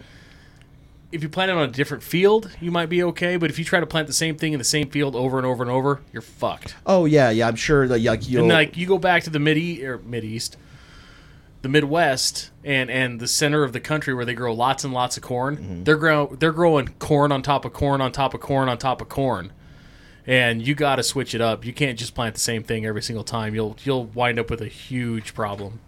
if you plant it on a different field you might be okay but if you try to plant the same thing in the same field over and over and over you're fucked oh yeah yeah I'm sure that like you'll and like you go back to the mid or mid east the midwest and and the center of the country where they grow lots and lots of corn they're grow they're growing corn on top of corn on top of corn on top of corn and you got to switch it up you can't just plant the same thing every single time you'll you'll wind up with a huge problem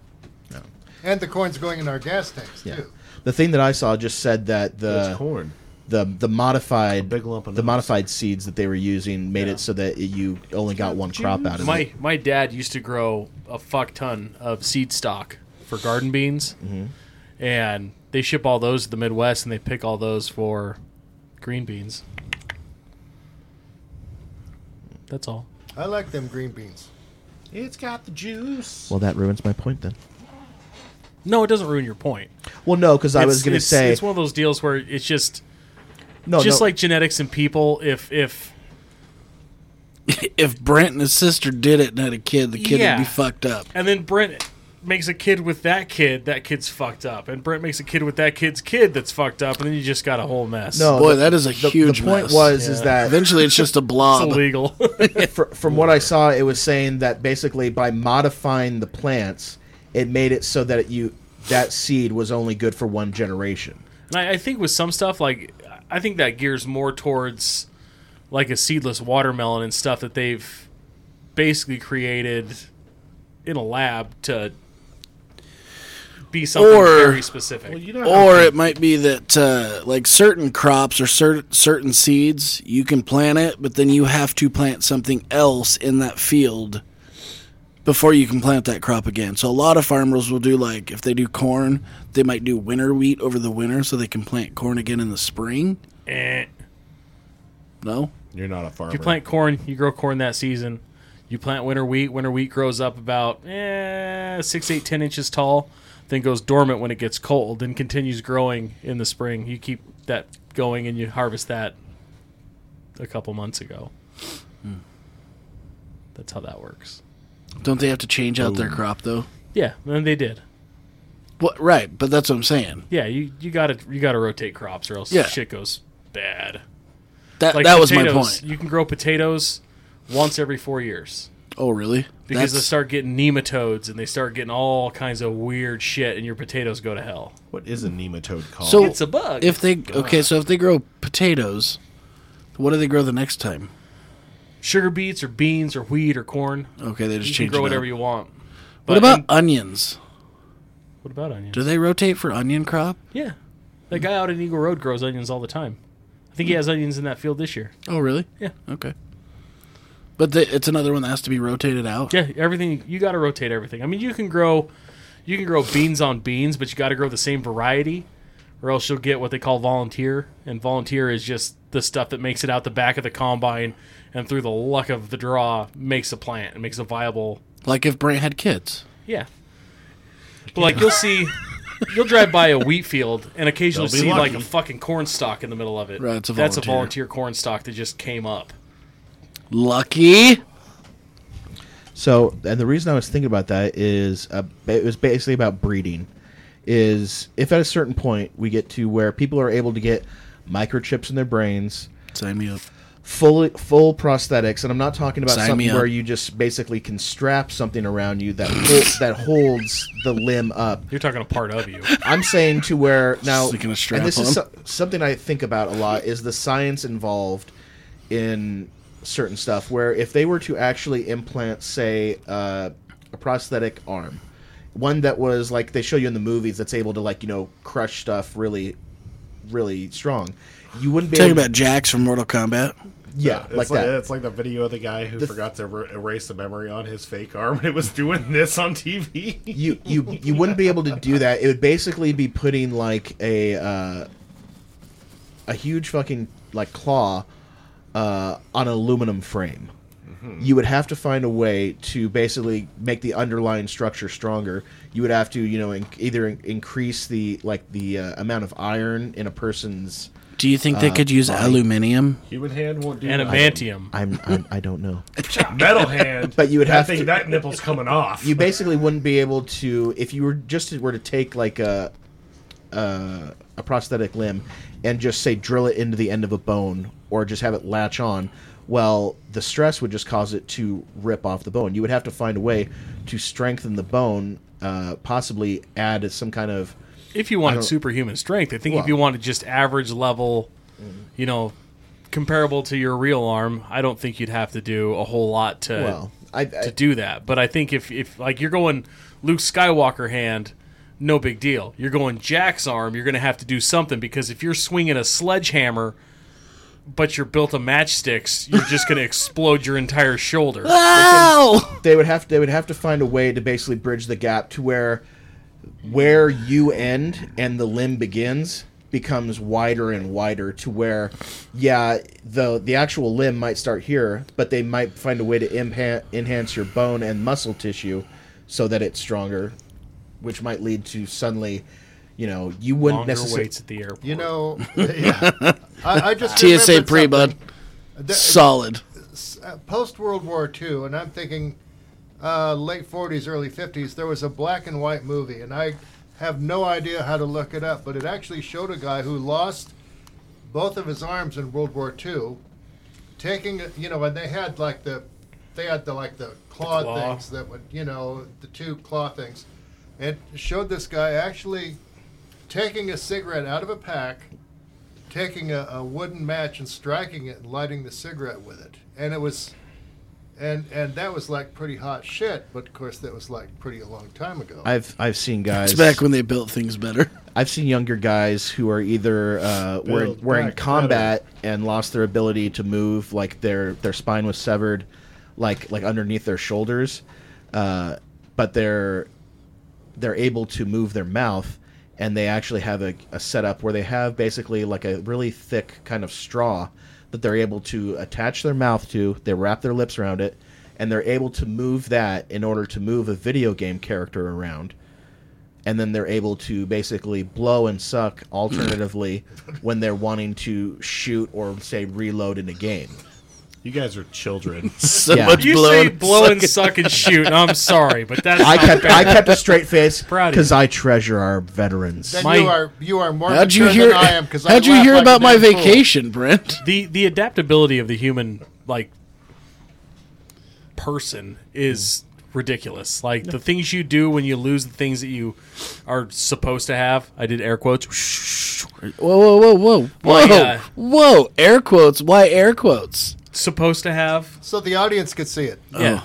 And the corn's going in our gas tanks yeah. too. the thing that I saw just said that It's the corn. the the modified big lump of the nuts. modified seeds that they were using made it so that you only got one crop out of it. My my dad used to grow a fuck ton of seed stock for garden beans, Mm-hmm. and they ship all those to the Midwest, and they pick all those for green beans. That's all. I like them green beans. It's got the juice. Well, that ruins my point then. No, it doesn't ruin your point. Well, no, because I It's- was going to it's- say it's one of those deals where it's just no, just no, like genetics and people. If if if Brent and his sister did it and had a kid, the kid Yeah. would be fucked up. and then Brent makes a kid with that kid, that kid's fucked up, and Brent makes a kid with that kid's kid that's fucked up, and then you just got a whole mess. no. Boy, the, that is a the- huge the point mess. was is that Eventually, it's just a um, it's blob. illegal. fr- from what I saw, it was saying that basically by modifying the plants, it made it so that you that seed was only good for one generation. And I, I think with some stuff, like I think that gears more towards like a seedless watermelon and stuff that they've basically created in a lab to be something Or- very specific. Well, you know how Or it might be that uh, like certain crops or cer- certain seeds you can plant it, but then you have to plant something else in that field before you can plant that crop again. So a lot of farmers will do like if they do corn, they might do winter wheat over the winter so they can plant corn again in the spring. Eh. No, you're not a farmer. You plant corn, you grow corn that season. You plant winter wheat. Winter wheat grows up about eh, six, eight, ten inches tall, then goes dormant when it gets cold, then continues growing in the spring. You keep that going, and you harvest that a couple months ago. Hmm. That's how that works. don't they have to change out their crop though? Yeah, and they did. Well, right, but that's what I'm saying. Yeah, you, you gotta you gotta rotate crops or else Yeah. shit goes bad. That that was my potatoes, point. You can grow potatoes once every four years. Oh, really? because they That's- start getting nematodes and they start getting all kinds of weird shit, and your potatoes go to hell. What is a nematode called? So- It's a bug. if they okay, so if they grow potatoes, what do they grow the next time? sugar beets or beans or wheat or corn, Okay, they just you can change grow it whatever up. you want. What about onions? what about onions? Do they rotate for onion crop? yeah, that guy out in Eagle Road grows onions all the time. I Hmm. think he has onions in that field this year. Oh, really? Yeah. Okay. But the, it's another one that has to be rotated out. Yeah, everything you got to rotate everything. I mean, you can grow, you can grow beans on beans, but you got to grow the same variety, or else you'll get what they call volunteer. And volunteer is just the stuff that makes it out the back of the combine and through the luck of the draw makes a plant and makes a viable. Like if Brant had kids. Yeah, but like you'll see, you'll drive by a wheat field and occasionally They'll be see like a lucky. fucking corn stalk in the middle of it. Right, it's a That's a volunteer. volunteer corn stalk that just came up. Lucky. So, and the reason I was thinking about that is uh, it was basically about breeding. Is if at a certain point we get to where people are able to get microchips in their brains, Sign me up. full full prosthetics, and I'm not talking about Sign me something up. where you just basically can strap something around you that hol- that holds the limb up. You're talking a part of you. I'm saying to where now, Sticking a strap and this is on. so- something I think about a lot is the science involved in certain stuff. Where if they were to actually implant, say, uh, a prosthetic arm, one that was like they show you in the movies that's able to like you know crush stuff really, really strong, you wouldn't be Talking able- about Jax from Mortal Kombat. yeah it's like that. It's like the video of the guy who The- forgot to er- erase the memory on his fake arm and it was doing this on TV. you you you wouldn't be able to do that. It would basically be putting like a uh, a huge fucking like claw uh, on an aluminum frame. You would have to find a way to basically make the underlying structure stronger. You would have to, you know, in- either in- increase the like the uh, amount of iron in a person's. Do you think they could use aluminium? Human hand won't do Adamantium. I'm, I'm I don't know. that. metal hand. But you would I have think to- that nipple's coming off. you basically wouldn't be able to if you were just to- were to take like a uh, a prosthetic limb and just say drill it into the end of a bone or just have it latch on well the stress would just cause it to rip off the bone you would have to find a way to strengthen the bone uh, possibly add some kind of if you wanted superhuman strength, I think if you wanted just average level, you know, comparable to your real arm, I don't think you'd have to do a whole lot to well I, to I do that. But I think if if like you're going Luke Skywalker hand, no big deal. You're going Jack's arm, you're going to have to do something because if you're swinging a sledgehammer but you're built of matchsticks, you're just going to explode your entire shoulder. Ah! Ow! they would have they would have to find a way to basically bridge the gap to where where you end and the limb begins becomes wider and wider to where yeah the the actual limb might start here but they might find a way to impa- enhance your bone and muscle tissue so that it's stronger which might lead to suddenly you know you wouldn't Longer necessarily waits at the airport. You know, yeah. I, I just TSA remembered pre bud. something. There- Solid. uh, post World War II, and I'm thinking uh, late 40s, early 50s, there was a black and white movie, and I have no idea how to look it up, but it actually showed a guy who lost both of his arms in World War II, taking it- you know, and they had like the they had the like the claw, claw. things that would you know the two claw things. It showed this guy actually taking a cigarette out of a pack, taking a, a wooden match and striking it and lighting the cigarette with it, and it was and and that was like pretty hot shit. But of course, that was like pretty a long time ago. I've I've seen guys. It's back when they built things better. I've seen younger guys who are either uh, were, Build were in back combat and lost their ability to move, like their their spine was severed, like like underneath their shoulders, uh, but they're they're able to move their mouth, and they actually have a, a setup where they have basically like a really thick kind of straw that they're able to attach their mouth to. They wrap their lips around it, and they're able to move that in order to move a video game character around and then they're able to basically blow and suck alternatively when they're wanting to shoot or say reload in a game. You guys are children. So Yeah. much You blowing. say blow and suck and shoot. and I'm sorry, but that's I not kept I kept a straight face Proud of because I treasure our veterans. then my- you are you are more How'd you mature hear? than I am because How'd you hear about my vacation, Brent? the the adaptability of the human like person is ridiculous. Like the things you do when you lose the things that you are supposed to have. I did air quotes. Whoa, whoa, whoa, whoa, Why, whoa, uh, whoa! Air quotes. Why air quotes? Oh, Supposed to have. So the audience could see it. Yeah.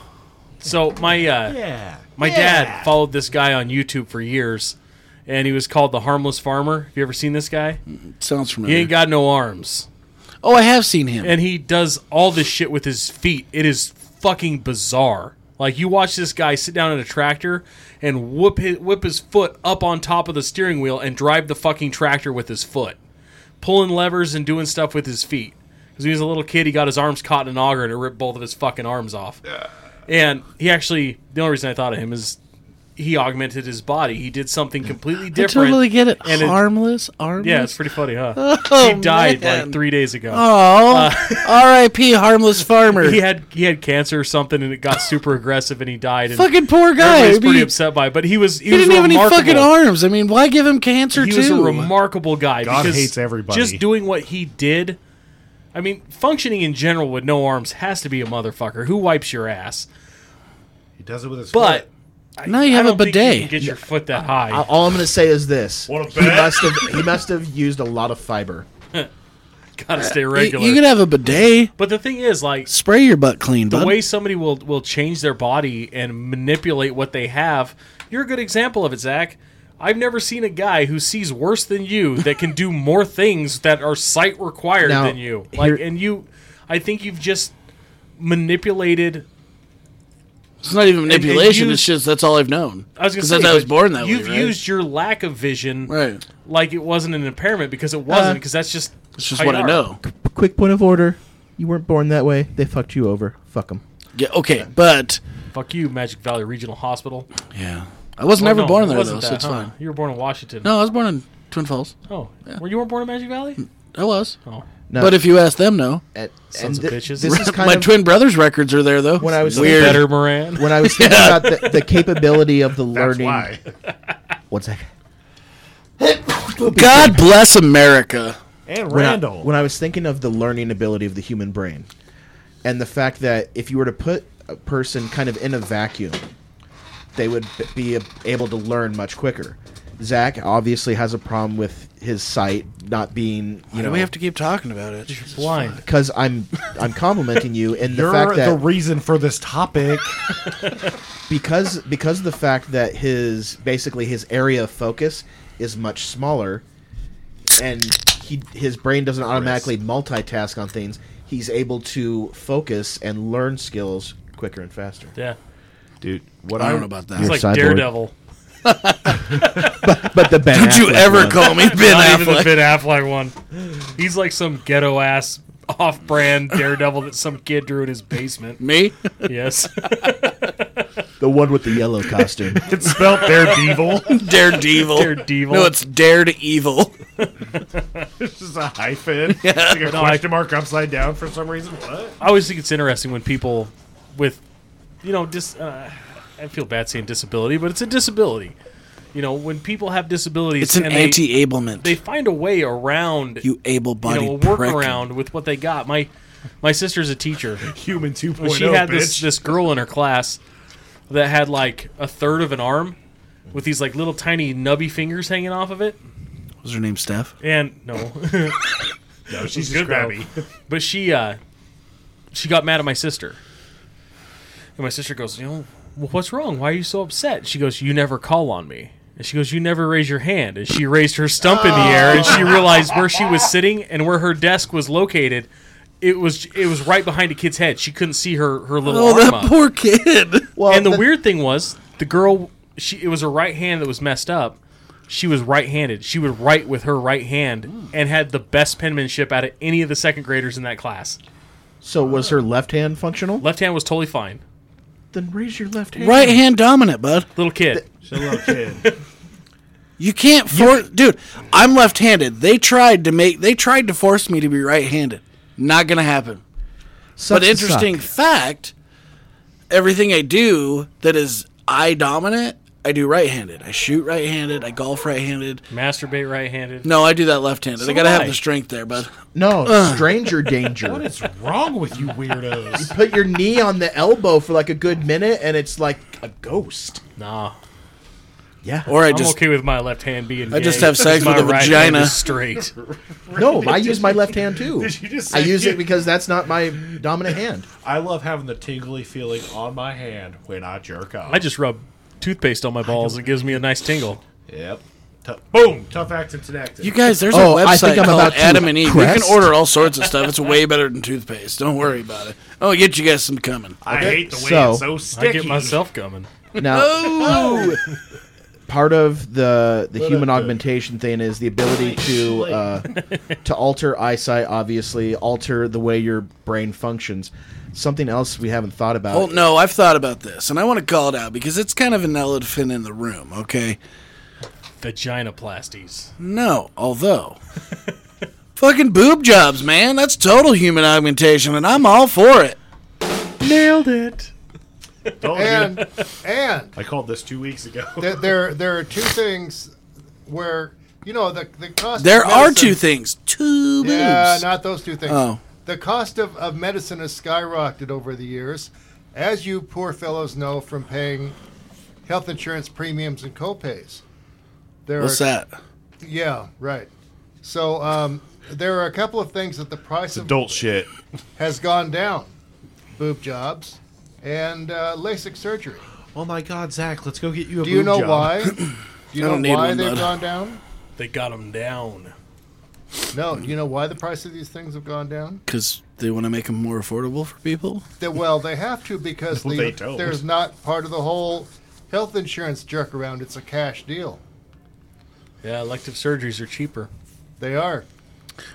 So my uh, yeah. my dad followed this guy on YouTube for years, and he was called the Harmless Farmer. Have you ever seen this guy? Sounds familiar. He ain't got no arms, oh, I have seen him. and he does all this shit with his feet. It is fucking bizarre. Like you watch this guy sit down in a tractor and whoop his, whip his foot up on top of the steering wheel and drive the fucking tractor with his foot, pulling levers and doing stuff with his feet. Because when he was a little kid, he got his arms caught in an auger and it ripped both of his fucking arms off. And he actually, the only reason I thought of him is he augmented his body. He did something completely I different. totally get it. And Harmless, armless. Yeah, it's pretty funny, huh? he died like man. three days ago. Oh, Uh, R.I.P. Harmless Farmer. He had he had cancer or something, and it got super aggressive, and he died. And fucking poor guy. everybody's I pretty mean, upset by. It. But he was he, he was didn't have any remarkable. fucking arms. I mean, why give him cancer He too? was a remarkable guy. God because hates everybody. Just doing what he did. I mean, functioning in general with no arms has to be a motherfucker. Who wipes your ass? He does it with his But now you I have a don't think you can bidet. get your foot that high. I- All I'm going to say is this: Wanna he bet? must have he must have used a lot of fiber. Gotta stay You, regular. you could have a bidet. but the thing is, like, Spray your butt clean, the bud. way somebody will will change their body and manipulate what they have. You're a good example of it, Zach. I've never seen a guy who sees worse than you that can do more things that are sight required Now, than you. Like, here- and you, I think you've just manipulated. it's not even and manipulation. you- it's just that's all I've known. I was gonna Because say that's how I was but born that You've way. right? used your lack of vision, right. Like it wasn't an impairment because it wasn't because that's just It's how just you what I are. know. P- Quick point of order: you weren't born that way. They fucked you over. Fuck them. Yeah, okay, but Fuck you, Magic Valley Regional Hospital. yeah, I was Well, never Oh, no, born it there though, wasn't so that, it's huh? fine. You were born in Washington. No, Mm. I was born in Twin Falls. Oh, were you weren't born in Magic Valley? I was, Oh, No, but if you ask them, no. and- Sons and of thi- bitches. This is kind My of twin brother's records are there though. When I was- weird, better Moran. when I was thinking about the, the capability of the That's learning. why. One second. God bless America. And when I- Randall. when I was thinking of the learning ability of the human brain and the fact that if you were to put a person kind of in a vacuum, they would b- be a- able to learn much quicker. Zach obviously has a problem with his sight not being, you Why do know, we have to keep talking about it? Blind. because I'm I'm complimenting you in the You're fact that the reason for this topic. because because of the fact that his basically his area of focus is much smaller and he his brain doesn't automatically multitask on things he's able to focus and learn skills quicker and faster Yeah. Dude, what I don't know about that. It's You're like cyborg. Daredevil. but the Ben Don't you Affleck ever one- call me Ben Not even the Affleck? Ben Affleck one. He's like some ghetto ass off brand Daredevil that some kid drew in his basement. me? Yes. the one with the yellow costume It's spelled there, Devil. Daredevil. Daredevil. No, it's Daredevil. It's just a hyphen. It's like a question mark upside down for some reason. What? I always think it's interesting when people with, you know, dis. Uh, I feel bad saying disability, but it's a disability. You know, when people have disabilities, It's an and they- anti-ablement. They find a way around you able-bodied you know, a prick. workaround with what they got. My my sister's a teacher. Human 2.0, Well, she had oh, bitch. this this girl in her class that had like a third of an arm with these like little tiny nubby fingers hanging off of it. Was her name Steph? And no, no, she's just good though. grabby. but she uh she got mad at my sister And my sister goes, you know, well, what's wrong? Why are you so upset? She goes, you never call on me. And she goes, you never raise your hand. And she raised her stump in the air, and Oh. she realized where she was sitting and where her desk was located. It was it was right behind a kid's head. She couldn't see her her little Oh, arm that up. poor kid. Well, and the weird thing was, the girl, she it was her right hand that was messed up. She was right-handed. She would write with her right hand Hmm. and had the best penmanship out of any of the second graders in that class. so was her left hand functional? Left hand was totally fine. then raise your left hand. Right hand dominant, bud. Little kid. She's a little kid. You can't force, dude. I'm left-handed. They tried to make, they tried to force me to be right-handed. Not gonna happen. Sucks but to interesting suck. fact: everything I do that is eye dominant, I do right-handed. I shoot right-handed. I golf right-handed. Masturbate right-handed. No, I do that left-handed. I gotta do have I. the strength there, bud. No, stranger danger. what is wrong with you weirdos? Put your knee on the elbow for like a good minute, and it's like a ghost. Nah. Yeah. Or I I'm just okay with my left hand being I just gay. have sex My with a right hand vagina. is straight. no, I use my left hand too. you just I say use you- it because that's not my dominant hand. I love having the tingly feeling on my hand when I jerk off. I just rub toothpaste on my balls. It gives me a nice tingle. Yep. Tou- boom! Tough acts and active. You guys, there's Oh, a I think website I'm called about to Adam and Eve. You crest. can order all sorts of stuff. It's way better than toothpaste. Don't worry about it. Oh, get you guys some coming. I hate the way so- it's so sticky. I get myself coming. Now, Oh. part of the the human augmentation thing is the ability to uh, to alter eyesight. Obviously, alter the way your brain functions. Something else we haven't thought about. Well, Oh, no, I've thought about this, and I want to call it out because it's kind of an elephant in the room. Okay, Vagina plasties. no, although. Fucking boob jobs, man. That's total human augmentation, and I'm all for it. Nailed it. Told you. And and I called this two weeks ago. there, there there are two things where you know the the cost. There of are medicine- two things. Two boobs. Yeah, not those two things. Oh. The cost of, of medicine has skyrocketed over the years, as you poor fellows know from paying health insurance premiums and copays. There What's are, that? Yeah, right. So um, there are a couple of things that the price of Adult shit. has gone down: boob jobs and uh, LASIK surgery. Oh my god, Zach, let's go get you a Do you boob know job. why? Do you I don't know need why one, they've bud. gone down? They got him down. No. Do you know why the price of these things have gone down? Because they want to make them more affordable for people? That, well, they have to because No, the, they don't. there's not part of the whole health insurance jerk around. It's a cash deal. Yeah, elective surgeries are cheaper. They are.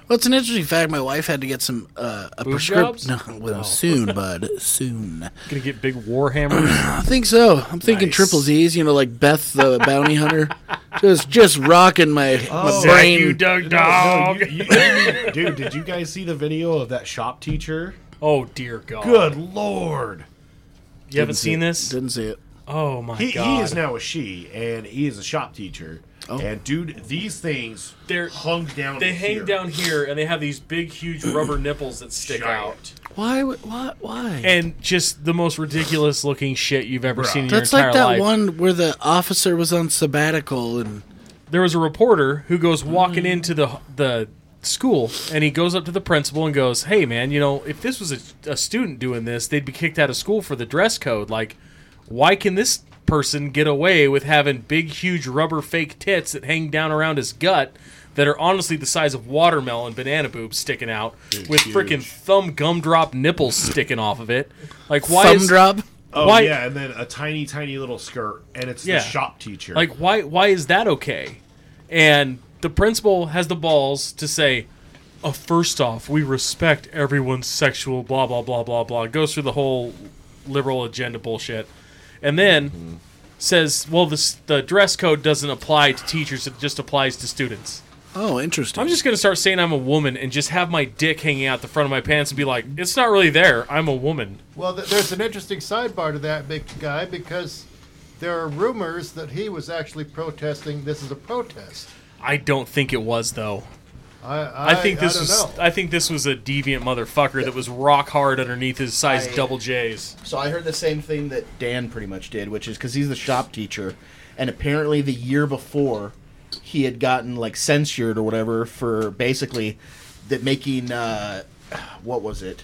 Well, it's an interesting fact. My wife had to get some uh, a Boob prescription. jobs? No, well, soon, bud, soon. Gonna get big war hammers. I think so. I'm thinking Nice. triple Z's. You know, like Beth the bounty hunter, just just rocking my, my Oh. brain. dug No, no, you- you- you- dude, did you guys see the video of that shop teacher? oh dear God! Good lord. You haven't seen this? Didn't see it. Oh my He, God! Oh. he is now a she, and he is a shop teacher. And dude, these things They're- hung down. They hang here. down here, and they have these big, huge rubber nipples that stick out, Giant. Why? w- Why? Why? and just the most ridiculous looking shit you've ever seen in That's your entire like that life. one where the officer was on sabbatical and There was a reporter who Mm. goes walking into the the school, and he goes up to the principal and goes, "Hey, man, you know, if this was a, a student doing this, they'd be kicked out of school for the dress code. Like, why can this?" person get away with having big huge rubber fake tits that hang down around his gut that are honestly the size of watermelon banana boobs sticking out with freaking thumb gumdrop nipples sticking off of it like why thumb is, drop. Oh Why- yeah, and then a tiny, tiny little skirt, and it's Yeah. the shop teacher. Like why why is that okay? And the principal has the balls to say, uh, first off, we respect everyone's sexual blah blah blah blah blah. Goes through the whole liberal agenda bullshit. And then says, well this the dress code doesn't apply to teachers, it just applies to students. Oh, interesting. I'm just gonna start saying I'm a woman and just have my dick hanging out the front of my pants and be like, it's not really there. I'm a woman. Well, th- there's an interesting sidebar to that big guy because there are rumors that he was actually protesting. This is a protest. I don't think it was though. I, I, I think this I don't was. know. I think this was a deviant motherfucker that was rock hard underneath his size double J's. So I heard the same thing that Dan pretty much did, which is because he's the shop teacher, and apparently the year before, he had gotten like censured or whatever for basically that making uh, what was it?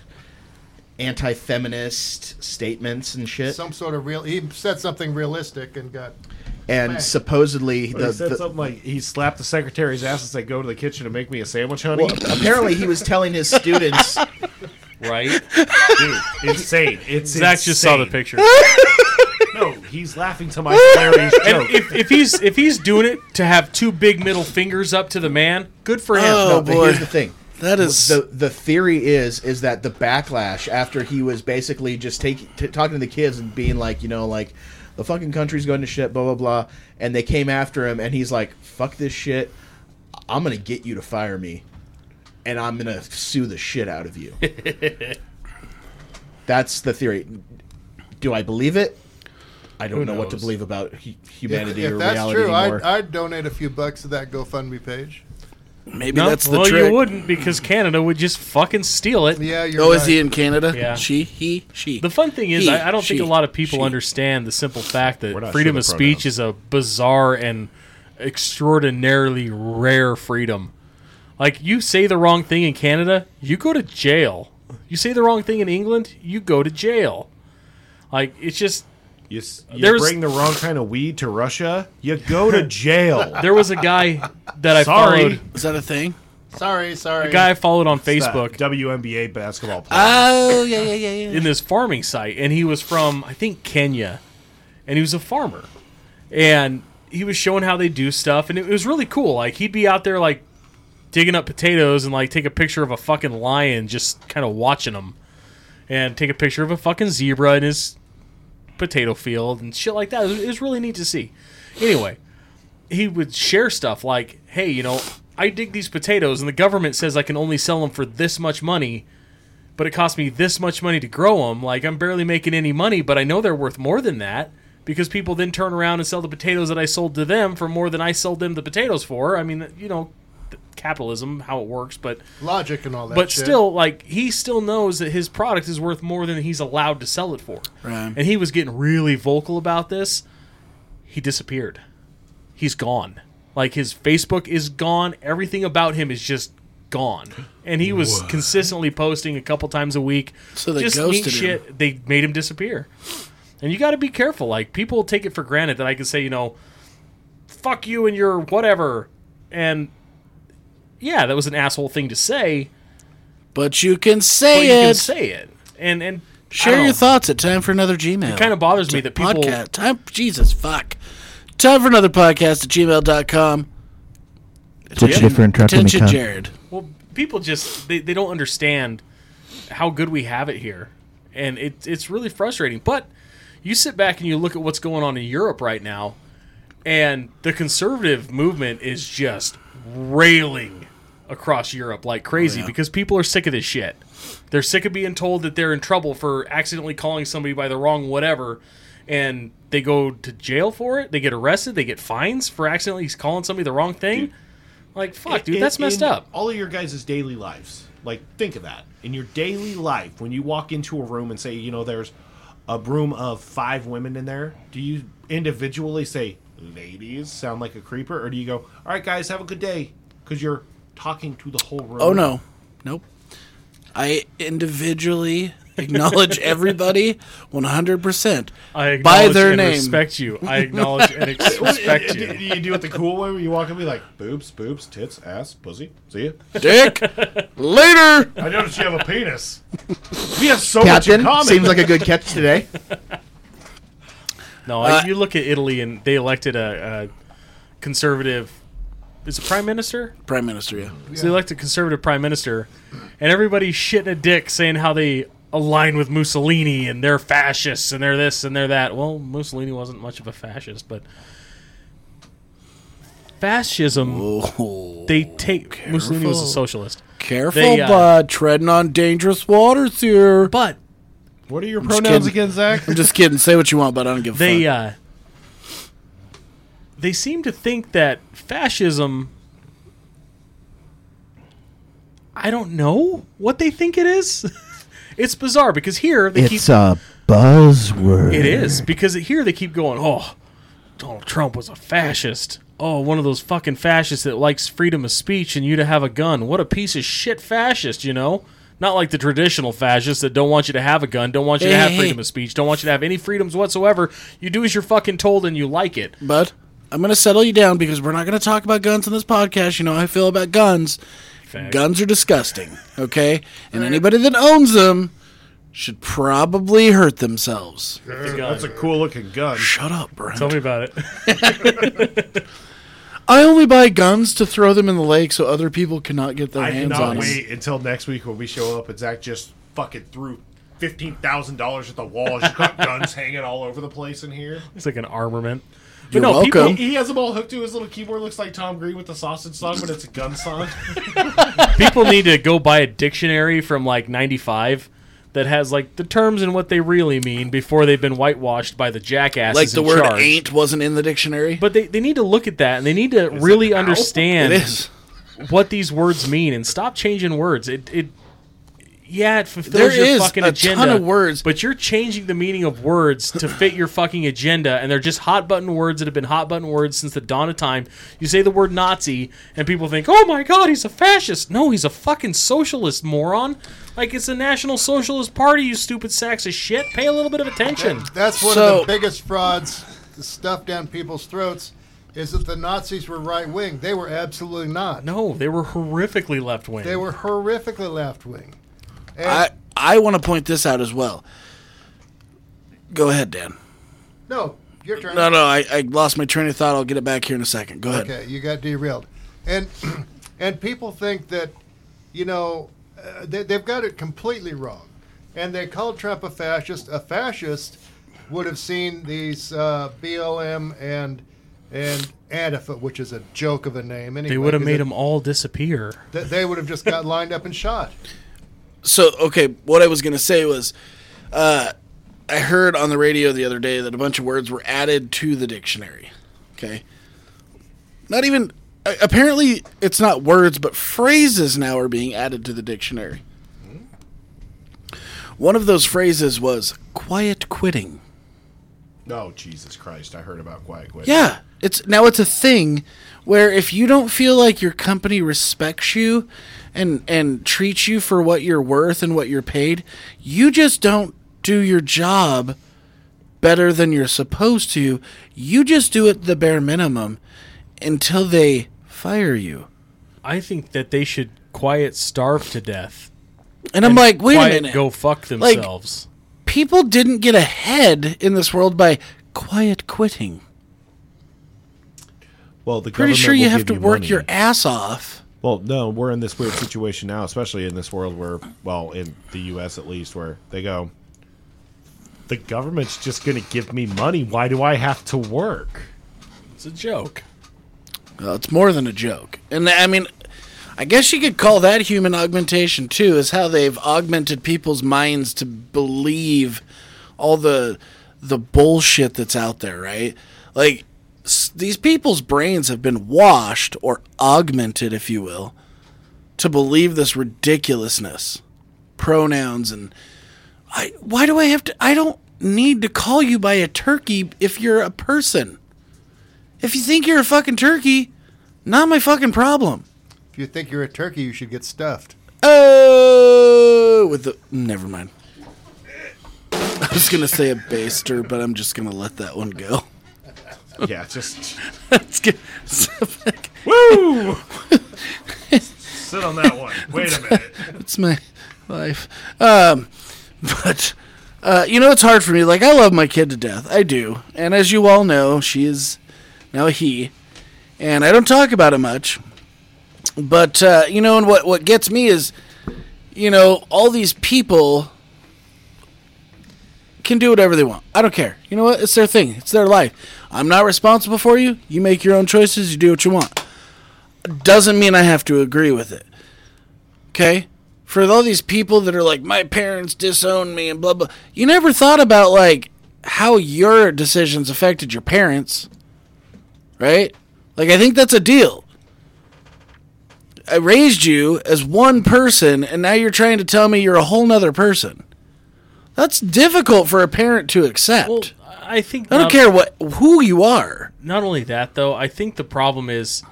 anti-feminist statements and shit. Some sort of real. He said something realistic and got. and Right. supposedly, He the, said the- something like he slapped the secretary's ass and said, "Go to the kitchen and make me a sandwich, honey." well, apparently he was telling his students. right? Dude, insane. It's Zach just saw the insane. picture. No, he's laughing to my hilarious joke. if, if he's if he's doing it to have two big middle fingers up to the man, good for him. Oh, but boy. here's the thing. That is the the theory is is that the backlash after he was basically just taking t- talking to the kids and being like you know like the fucking country's going to shit blah blah blah and they came after him and he's like fuck this shit I'm gonna get you to fire me and I'm gonna sue the shit out of you. That's the theory. Do I believe it? I don't know what to knows? believe about hu- If, humanity if or that's reality true, anymore. I'd, I'd donate a few bucks to that GoFundMe page. maybe No, that's the well, trick. you wouldn't because Canada would just fucking steal it. Yeah, you're. Oh, is right. he in Canada? Yeah. She, he, she. The fun thing is, He, I, I don't she, think a lot of people she. understand the simple fact that We're not freedom sure of the speech pronouns. is a bizarre and extraordinarily rare freedom. Like you say the wrong thing in Canada, you go to jail. You say the wrong thing in England, you go to jail. Like it's just You, s- you There's- bring the wrong kind of weed to Russia, you go to jail. there was a guy that I Sorry. followed. Is that a thing? Sorry, sorry. A guy I followed on It's that Facebook WNBA basketball player. Oh, yeah, yeah, yeah, yeah. in this farming site, and he was from I think Kenya, and he was a farmer, and he was showing how they do stuff, and it was really cool. Like he'd be out there like digging up potatoes and like take a picture of a fucking lion just kind of watching them, and take a picture of a fucking zebra in his potato field and shit like that. It was, it was really neat to see. Anyway, he would share stuff like, "Hey, you know." I dig these potatoes, and the government says I can only sell them for this much money but it cost me this much money to grow them. Like I'm barely making any money, but I know they're worth more than that because people then turn around and sell the potatoes that I sold to them for more than I sold them the potatoes for. I mean, you know, th- capitalism, how it works, but Logic and all that. but shit. still like he still knows that his product is worth more than he's allowed to sell it for. Right. And he was getting really vocal about this. He disappeared. He's gone. Like his Facebook is gone. Everything about him is just gone. And he was consistently posting a couple times a week. So they just ghosted neat him. shit. They made him disappear. And you got to be careful. Like people take it for granted that I can say, you know, fuck you and your whatever. And yeah, that was an asshole thing to say, But you can but say you it. can say it. And and I Share don't your know. thoughts at time for another Gmail. It kind of bothers me that people podcast. Time, Jesus fuck. Time for another podcast at gmail.com. Ditch you for interrupting the Attention, con- Jared. well people just they, they don't understand how good we have it here. And it, it's really frustrating. But you sit back and you look at what's going on in Europe right now, and the conservative movement is just railing across Europe like Oh, crazy because people are sick of this shit. They're sick of being told that they're in trouble for accidentally calling somebody by the wrong whatever, and they go to jail for it. They get arrested. They get fines for accidentally calling somebody the wrong thing. like fuck, dude, In- that's messed in up. All of your guys' daily lives. Like, think of that. In your daily life, when you walk into a room and say, you know, there's a room of five women in there, do you individually say, ladies, sound like a creeper? Or do you go, all right, guys, have a good day? Because you're talking to the whole room. Oh, no. Nope. I individually acknowledge everybody 100%. I by acknowledge their and name. respect you. I acknowledge and ex- respect Do you. you do it the cool way where you walk up and be like, boobs, boobs, tits, ass, pussy, see ya? Dick, later. I noticed you have a penis. We have so much Captain in common. seems like a good catch today. No, Uh, you look at Italy and they elected a, a conservative. Is it prime minister? Prime Minister, yeah. So they elected a conservative prime minister, and everybody's shitting a dick saying how they align with Mussolini and they're fascists and they're this and they're that. Well, Mussolini wasn't much of a fascist, but fascism. Oh, They take Mussolini was a careful. socialist, careful, they, uh, bud. Treading on dangerous waters here. but What are your just pronouns kidding. again, Zach? I'm just kidding. Say what you want, but I don't give a they fuck. uh, they seem to think that fascism. I don't know what they think it is. it's bizarre because here they keep It's a buzzword. It is because here they keep going. Oh, Donald Trump was a fascist. Oh, one of those fucking fascists that likes freedom of speech and you to have a gun. What a piece of shit fascist, you know? Not like the traditional fascists that don't want you to have a gun, don't want you to Hey, have hey, freedom hey. of speech, don't want you to have any freedoms whatsoever. You do as you're fucking told and you like it. Bud, I'm going to settle you down because we're not going to talk about guns on this podcast. You know how I feel about guns. Fact. Guns are disgusting, okay? And anybody that owns them should probably hurt themselves. That's a cool looking gun. Shut up, Brent. Tell me about it. I only buy guns to throw them in the lake so other people cannot get their I hands cannot on them. wait until next week when we show up and Zach just fucking threw fifteen thousand dollars at the wall. She's got guns hanging all over the place in here. It's like an armament. But You're no, people- welcome. He has them all hooked to his little keyboard. Looks like Tom Green with the sausage song, but it's a gun song. people need to go buy a dictionary from like 95 that has like the terms and what they really mean before they've been whitewashed by the jackasses Like the in word charge. ain't wasn't in the dictionary. but they, they need to look at that and they need to really it understand is. what these words mean and stop changing words it, it yeah it fulfills There your is fucking a ton agenda of words. but you're changing the meaning of words to fit your fucking agenda and they're just hot button words that have been hot button words since the dawn of time you say the word nazi and people think oh my god he's a fascist no he's a fucking socialist moron like it's the national socialist party you stupid sacks of shit pay a little bit of attention That's one So- of the biggest frauds stuffed down people's throats is that the Nazis were right wing. They were absolutely not. no they were horrifically left-wing They were horrifically left wing. I I want to point this out as well. Go ahead, Dan. No, your turn. No, no, I, I lost my train of thought. I'll get it back here in a second. Go ahead. Okay, you got derailed, and and people think that, you know, uh, they, they've got it completely wrong, and they called Trump a fascist. A fascist would have seen these uh, BLM and and Antifa, which is a joke of a name. Anyway, they would have 'cause made it- them all disappear They, they would have just got lined up and shot. So, okay, what I was going to say was uh, I heard on the radio the other day that a bunch of words were added to the dictionary. Okay. Not even, a- apparently, it's not words, but phrases now are being added to the dictionary. One of those phrases was quiet quitting. No, Jesus Christ! I heard about Quiet Quit. Yeah, it's now it's a thing where if you don't feel like your company respects you and and treats you for what you're worth and what you're paid, you just don't do your job better than you're supposed to. You just do it the bare minimum until they fire you. i think that they should quiet starve to death And I'm like, wait a quiet minute. go fuck themselves. People didn't get ahead in this world by quiet quitting. Well, the Pretty government sure you will have give to you work money. your ass off. Well, no, we're in this weird situation now, especially in this world where, well, in the U.S. at least, where they go, the government's just going to give me money. Why do I have to work? it's a joke. Well, it's more than a joke. And I mean, I guess you could call that human augmentation too, is how they've augmented people's minds to believe all the the bullshit that's out there, right? Like s- these people's brains have been washed or augmented, if you will, to believe this ridiculousness. Pronouns and I why do I have to I don't need to call you by a turkey if you're a person. If you think you're a fucking turkey, not my fucking problem. If you think you're a turkey, you should get stuffed. Oh, with the never mind. I was gonna say a baster, but I'm just gonna let that one go. Yeah, just Let's get- woo. Sit on that one. Wait a minute. it's my life. Um, but uh, you know, it's hard for me. Like I love my kid to death. I do, and as you all know, she is now a he, and I don't talk about it much. But uh, you know, and what what gets me is, you know, all these people can do whatever they want. I don't care. You know what? It's their thing. It's their life. I'm not responsible for you. You make your own choices. You do what you want. Doesn't mean I have to agree with it. Okay? For all these people that are like, my parents disowned me and blah, blah. You never thought about, like, how your decisions affected your parents. Right? Like, I think that's a deal. I raised you as one person, and now you're trying to tell me you're a whole nother person. That's difficult for a parent to accept. Well, um, I think I don't not, care what who you are. Not only that though, I think the problem is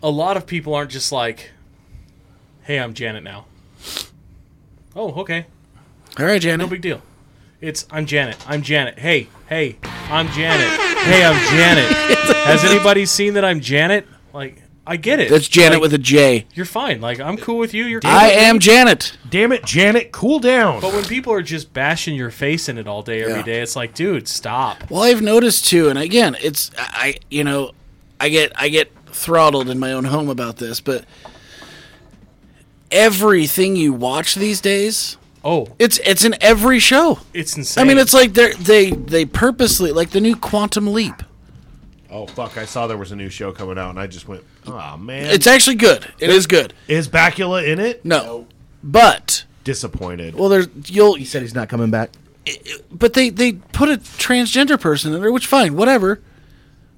a lot of people aren't just like, "Hey, I'm Janet now." Oh, okay. All right, No Janet. big deal. It's I'm Janet. I'm Janet. Hey, hey, I'm Janet. Hey, I'm Janet. Has anybody seen that I'm Janet? Like, I get it. That's Janet Like, with a J. You're fine. Like, I'm cool with you. You're. Cool I with me. am Janet. Damn it, Janet, cool down. But when people are just bashing your face in it all day, every day, Yeah. it's like, dude, stop. Well, I've noticed too, and again, it's I you know, I get I get throttled in my own home about this, but everything you watch these days, Oh, it's it's in every show. it's insane. I mean, it's like they they they purposely like the new Quantum Leap. Oh fuck, I saw there was a new show coming out and I just went, "Oh man." It's actually good. It is good. Is Bacula in it? No, but Disappointed. well, there's you'll He said he's not coming back. but they they put a transgender person in there, which fine, whatever.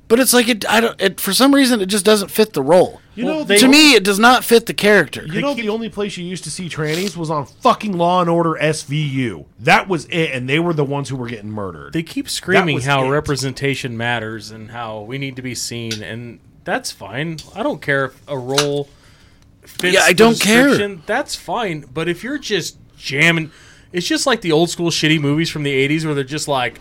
But it's like it I don't it for some reason it just doesn't fit the role. you well, know, they- they, to me, it does not fit the character. you know the only place you used to see trannies was on fucking Law and Order SVU. That was it and they were the ones who were getting murdered. they keep screaming was how it. representation matters and how we need to be seen, and that's fine. I don't care if a role fits. Yeah, I the don't care. description, That's fine. But if you're just jamming, it's just like the old school shitty movies from the '80s where they're just like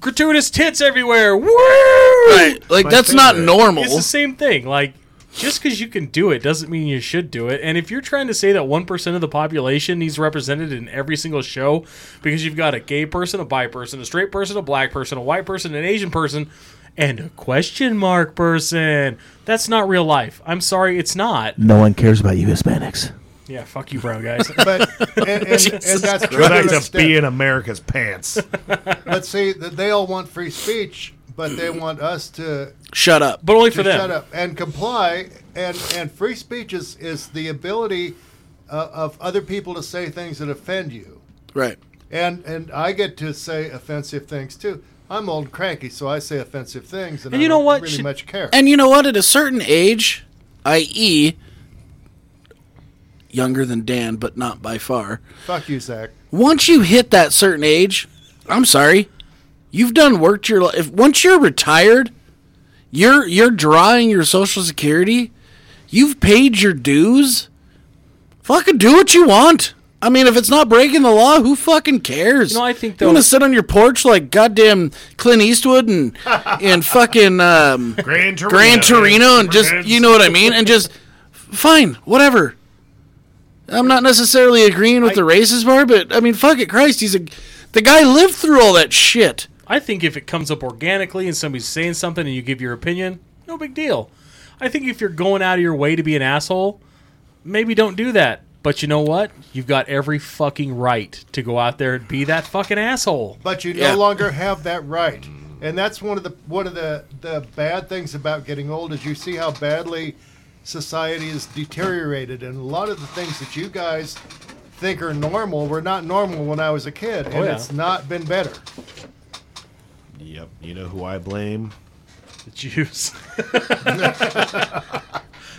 gratuitous tits everywhere. Woo! Right. Like My that's not favorite. normal. It's the same thing. Like, just because you can do it doesn't mean you should do it. And if you're trying to say that 1% of the population needs represented in every single show because you've got a gay person, a bi person, a straight person, a black person, a white person, an Asian person, and a question mark person, that's not real life. I'm sorry, it's not. Mm. No one cares about you Hispanics. Yeah, fuck you, brown guys. But and, and, and that's Go back true to being America's pants. But see, th- they all want free speech, but they want us to, Shut up. But only to for them. shut up and comply. And and free speech is is the ability uh, of other people to say things that offend you. Right. And and I get to say offensive things too. I'm old and cranky, so I say offensive things, and, And I you know don't what? really Should- much care. And you know what? At a certain age, i.e., younger than Dan, but not by far, Fuck you, Zach. once you hit that certain age, I'm sorry, you've done worked your life. Once you're retired, you're you're drawing your social security. You've paid your dues. Fucking do what you want. I mean, if it's not breaking the law, who fucking cares? You know, I think you want though- to sit on your porch like goddamn Clint Eastwood and and fucking um, Grand Torino. Gran Torino and just Grand- you know what I mean and just fine whatever. I'm not necessarily agreeing with the races bar, but I mean, fuck it, Christ, he's a the guy lived through all that shit. I think if it comes up organically and somebody's saying something and you give your opinion, no big deal. I think if you're going out of your way to be an asshole, maybe don't do that. But you know what? You've got every fucking right to go out there and be that fucking asshole. but you Yeah. no longer have that right. And that's one of the one of the, the bad things about getting old is you see how badly society is deteriorated, and a lot of the things that you guys think are normal were not normal when I was a kid, and Oh, yeah. it's not been better. Yep, you know who I blame? The Jews.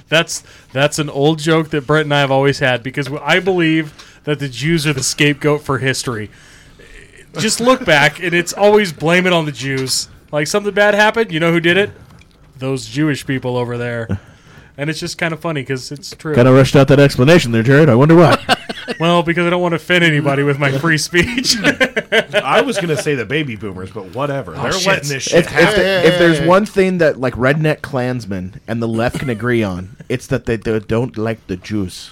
that's that's an old joke that Brett and I have always had because I believe that the Jews are the scapegoat for history. Just look back, and it's always blame it on the Jews. Like something bad happened, you know who did it? Those Jewish people over there. And it's just kind of funny because it's true. Kind of rushed out that explanation there, Jared. I wonder why. Well, because I don't want to offend anybody with my free speech. I was gonna say the baby boomers, but whatever. Oh, They're shit. letting this Oh, shit if, if, happen. the- if there's one thing that like redneck Klansmen and the left can agree on, it's that they, they don't like the Jews.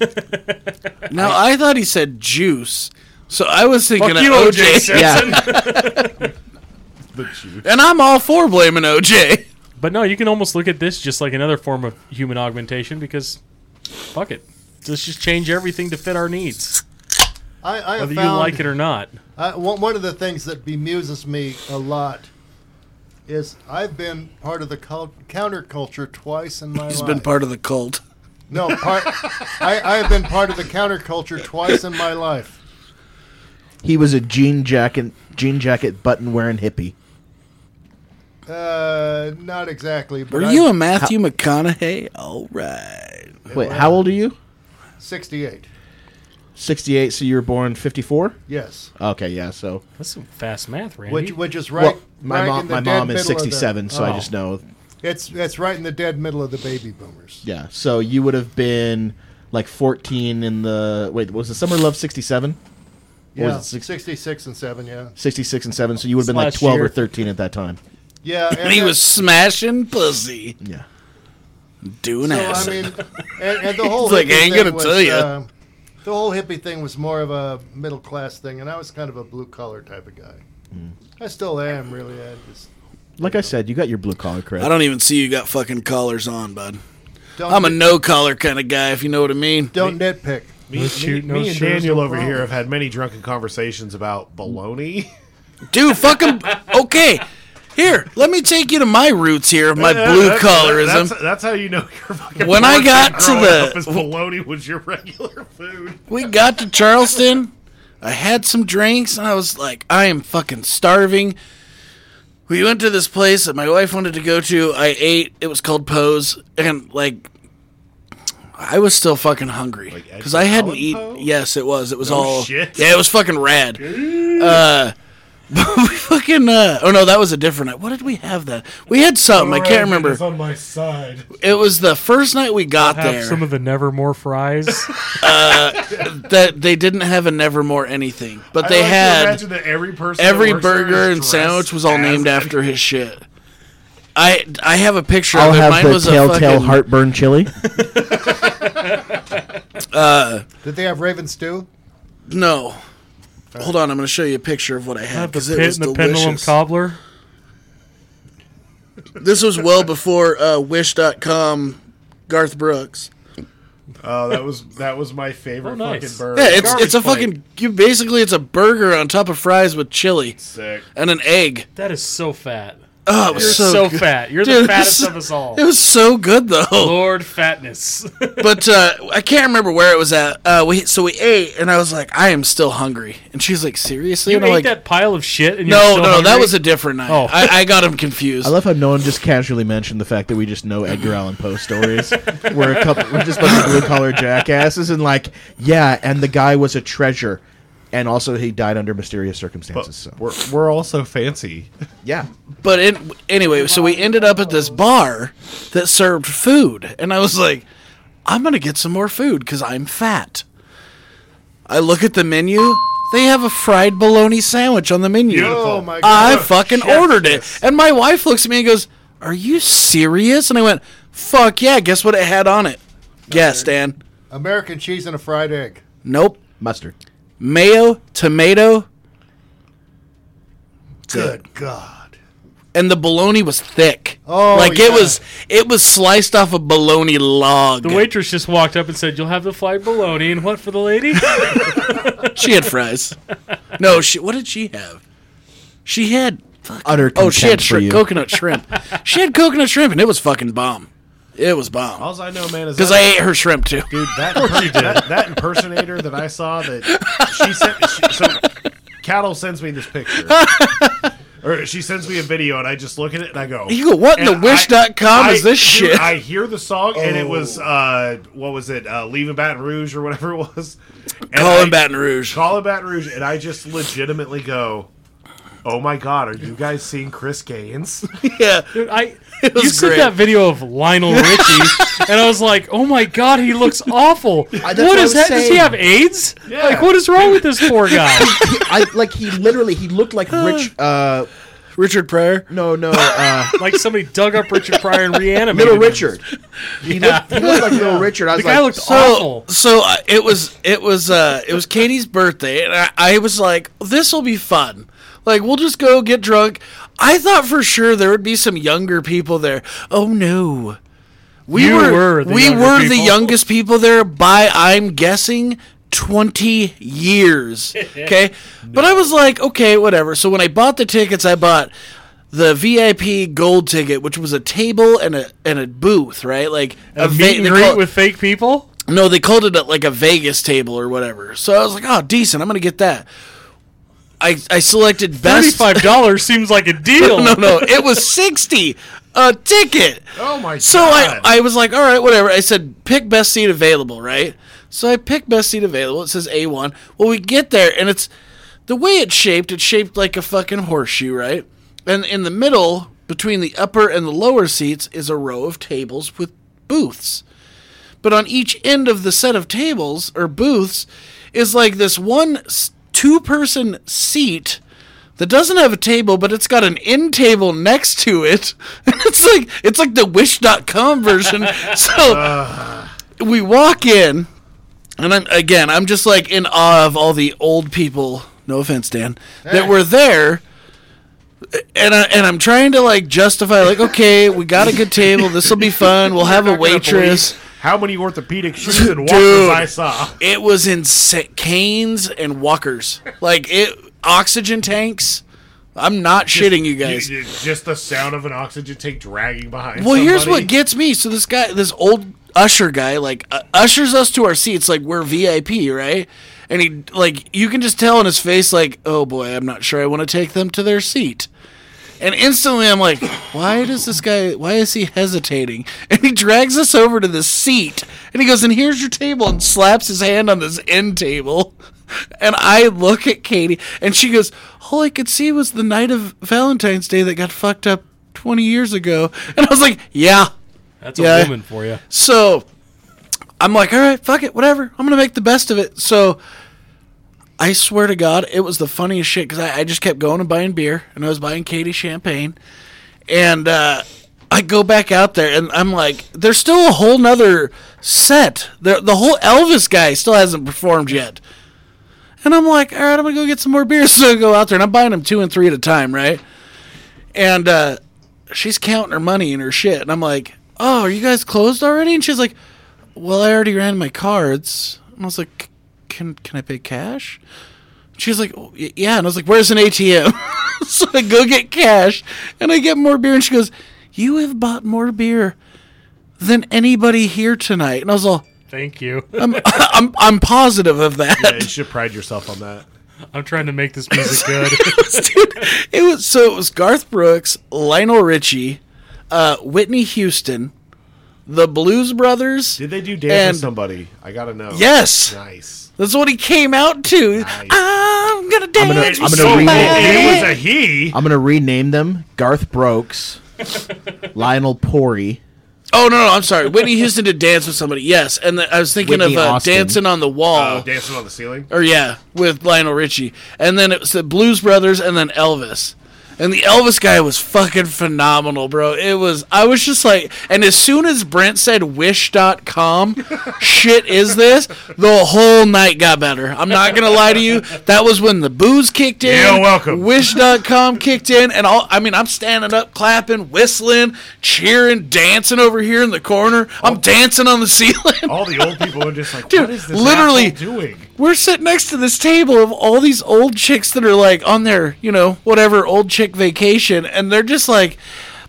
Now I, thought he said juice, so I was thinking Fuck you, of OJ OJ, Simpson. and I'm all for blaming OJ. But no, you can almost look at this just like another form of human augmentation because fuck it. Let's just change everything to fit our needs, I, I have whether you found like it or not. I, one one of the things that bemuses me a lot is I've been part of the cul- counterculture twice in my He's life. been part of the cult. no, part, I, I have been part of the counterculture twice in my life. He was a jean jacket, jean jacket button wearing hippie. Uh, not exactly. But Were I'm you a Matthew McConaughey? All right. Wait, how old are you? 68? Sixty-eight. So you were born fifty-four. Yes. Okay, yeah. So That's some fast math, Randy. Which which is right. well, my right mom, in the my dead mom is middle of the- sixty-seven. So I Oh. just know. It's it's right in the dead middle of the baby boomers. Yeah. So you would have been like 14 in the wait was the summer love 67 Or Yeah, was it six- 66 and 7, yeah. 66 and 7 so you would have been like Last 12 or year. 13 at that time Yeah, and And he that- was smashing pussy, yeah doing So I acid. mean, and, and the whole He's like, hippie "I ain't thing gonna was, tell ya." um, the whole hippie thing was more of a middle class thing, and I was kind of a blue collar type of guy. I still am, really. I just like i said you got your blue collar cred I don't even see you got fucking collars on, bud. don't. I'm a no collar kind of guy, if you know what I mean. don't nitpick. Me, No me- shoot, no me and shooters, Daniel no over here problem. have had many drunken conversations about baloney. Dude, fucking okay. Here, let me take you to my roots here of my blue That's- collarism. That's, that's how you know you're fucking. When I poor got kid to growing the- up is baloney was your regular food. we got to Charleston. I had some drinks and I was like, I am fucking starving. We went to this place that my wife wanted to go to. I ate. It was called Pose, and like, I was still fucking hungry Edgar because I hadn't Allan Poe? eaten. Yes, it was. It was all. shit. Yeah, it was fucking rad. uh, but we fucking. Uh, oh no, that was a different night. What did we have that? We had something. I can't remember. on my side. It was the first night we got Have there some of the Nevermore fries. that they didn't have a Nevermore anything, but I they like to had. imagine that every person, that every works there burger is and dressed sandwich was all as named a- after his shit. I I have a picture I'll of it. have Mine the was telltale a fucking, heartburn chili. Did they have Raven Stew? No. Hold on, I'm going to show you a picture of what I had have the because it pit was and the pendulum delicious. cobbler. This was well before uh, Wish.com, Garth Brooks. Oh, that was that was my favorite Oh, nice. fucking burger. Yeah, it's Garbage it's a plate. fucking you basically it's a burger on top of fries with chili sick. and an egg. That is so fat. Oh, it was You're so, so, good. fat. You're Dude, the fattest this- of us all. It was so good though. Lord fatness. but uh, I can't remember where it was at. Uh, we so we ate, and I was like, I am still hungry, and she's like, seriously? you and ate I'm like, that pile of shit and you're no, still no, that hungry? was a different night. Oh. I, I got him confused. I love how no one just casually mentioned the fact that we just know Edgar Allan Poe stories. we're a couple, we're just a bunch of blue collar jackasses, and like, yeah, and the guy was a treasure, and also he died under mysterious circumstances. So We're we're also fancy. yeah, but in, anyway, so we ended up at this bar that served food, and I was like, I'm gonna get some more food because I'm fat. I look at the menu. They have a fried bologna sandwich on the menu. Oh my I god! fucking ordered it. And my wife looks at me and goes, Are you serious? And I went, Fuck yeah, guess what it had on it? Yes, Dan. American cheese and a fried egg. Nope. mustard. Mayo, tomato, Good God! and the bologna was thick. Oh, like it yeah. was it was sliced off a bologna log. The waitress just walked up and said, "You'll have the fried bologna and what for the lady?" she had fries. No, she what did she have? She had Utter Oh, she had contempt for shri- you. coconut shrimp. she had cocononut shrimp and it was fucking bomb. It was bomb. All I know, man, is Cuz that- I ate her shrimp too. dude that, that that impersonator that I saw that she sent she, so cattle sends me this picture or she sends me a video and I just look at it and I go You go, "What in the and wish dot com I- is this dude, shit?" I hear the song and it was uh what was it uh leaving Baton Rouge or whatever it was and Calling I- Baton Rouge. calling Baton Rouge and I just legitimately go oh my god are you guys seeing Chris Gaines yeah. Dude, I was you sent great. that video of Lionel Richie, and I was like, "Oh my god, he looks awful. that's what what is I was that? Does he saying. have AIDS? Yeah. Like, what is wrong with this poor guy?" I like he literally he looked like Rich. Uh, Richard Pryor. no, no, uh, like somebody dug up Richard Pryor and reanimated Little him. Richard. He, looked, he looked like Little Richard. I was The guy like, looked So, awful. so uh, it was it was uh it was Katie's birthday, and I, I was like, this will be fun. Like we'll just go get drunk. I thought for sure there would be some younger people there. Oh no. We You were, were the we younger were the people. youngest people there by I'm guessing 20 years. Okay? But I was like, okay, whatever. So when I bought the tickets, I bought the VIP gold ticket, which was a table and a and a booth, right? Like A va- meet and they greet call it- with fake people. no, they called it a, like a Vegas table or whatever. So I was like, oh, decent. I'm gonna get that. I I selected best. Thirty-five dollars seems like a deal. no, no, it was sixty a ticket. oh my So I, god I was like, all right, whatever. I said, pick best seat available, right? So I picked best seat available. It says A1. Well, we get there, and it's the way it's shaped, it's shaped like a fucking horseshoe, right? And in the middle, between the upper and the lower seats, is a row of tables with booths. But on each end of the set of tables or booths is like this one two person seat that doesn't have a table, but it's got an end table next to it. it's like it's like the Wish.com version. so we walk in, and I'm again I'm just like in awe of all the old people. No offense, Dan, that were there. And I, and I'm trying to like justify like okay we got a good table this will be fun we'll have a Not gonna waitress believe How many orthopedic shoes and walkers I saw? it was in canes and walkers like it oxygen tanks I'm not shitting you guys You- you- Just the sound of an oxygen tank dragging behind. Well, here's what somebody. gets me. So this guy, this old usher guy, like uh, ushers us to our seats, like we're VIP, right? And he, like, you can just tell in his face, like, oh boy, I'm not sure I want to take them to their seat. And instantly, I'm like, why does this guy? Why is he hesitating? And he drags us over to the seat, and he goes, and here's your table, and slaps his hand on this end table. And I look at Katie, and she goes, all I could see was the night of Valentine's Day that got fucked up 20 years ago. And I was like, yeah. That's Yeah. a woman for you. So I'm like, all right, fuck it, whatever. I'm going to make the best of it. So I swear to God, it was the funniest shit because I, I just kept going and buying beer and I was buying Katie champagne. And uh, I go back out there and I'm like, there's still a whole nother set. The, the whole Elvis guy still hasn't performed yet. And I'm like, all right, I'm going to go get some more beer. So I go out there and I'm buying them two and three at a time, right? And uh, she's counting her money and her shit. And I'm like, oh, are you guys closed already? And she's like, well, I already ran my cards. And I was like, can, can I pay cash? She's like, "Oh, y- yeah. And I was like, where's an ATM? so I go get cash and I get more beer. And she goes, you have bought more beer than anybody here tonight. And I was all, Thank you. I'm, I'm, I'm positive of that. You should pride yourself on that. I'm trying to make this music good. It was so it was Garth Brooks, Lionel Richie, uh, Whitney Houston, the Blues Brothers. Did they do dance And- with somebody? I gotta know. Yes, Nice. that's what he came out to. I'm gonna dance. gonna- with I'm gonna rename- somebody." It was a he. I'm gonna rename them Garth Brooks, Lionel Pori. Oh no, no, I'm sorry. Whitney Houston did dance with somebody. Yes, and the, I was thinking Whitney of uh, Austin. dancing on the wall, Oh, dancing on the ceiling. or yeah, with Lionel Richie, and then it was the Blues Brothers, and then Elvis. And the Elvis guy was fucking phenomenal, bro. It was, I was just like, and as soon as Brent said wish.com, shit is this, the whole night got better. I'm not going to lie to you. That was when the booze kicked in. You're welcome. Wish.com kicked in. And all, I mean, I'm standing up, clapping, whistling, cheering, dancing over here in the corner. Oh. I'm dancing on the ceiling. All the old people are just like, Dude, what is this literally- asshole doing? We're sitting next to this table of all these old chicks that are like on their, you know, whatever old chick vacation, and they're just like,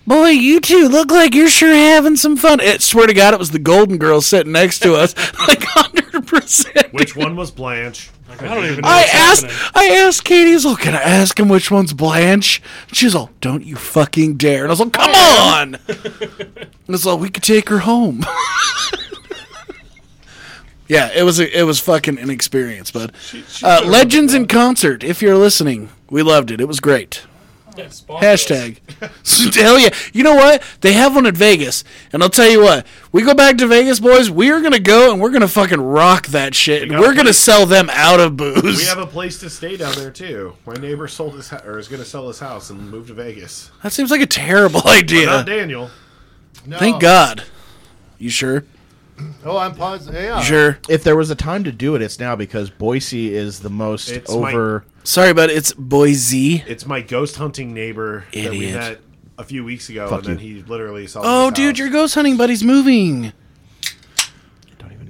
"Boy, you two look like you're sure having some fun." It, swear to God, it was the Golden Girl sitting next to us, like hundred percent. Which one was Blanche? I don't even know. I what's asked, happening. I asked Katie, I was like, "Can I ask him which one's Blanche?" She's all, "Don't you fucking dare!" And I was like, "Come on!" and it's like, "We could take her home." yeah, it was a, it was fucking an experience, bud. Uh, Legends in concert. If you're listening, we loved it. It was great. Yeah, spawn Hashtag. Hell yeah. You know what? They have one at Vegas. And I'll tell you what, we go back to Vegas, boys, we are going to go and we're going to fucking rock that shit. And got we're going to money. sell them out of booze. We have a place to stay down there too. My neighbor sold his hou- or is going to sell his house and move to Vegas. that seems like a terrible idea. Not Daniel. No. Thank God. You sure? Oh, I'm positive. Yeah. Sure. If there was a time to do it, it's now because Boise is the most It's my- over. Sorry, but it's Boise. It's my ghost hunting neighbor that we Idiot. met a few weeks ago, Fuck and then you. he literally sold. Oh, his dude, house. your ghost hunting buddy's moving.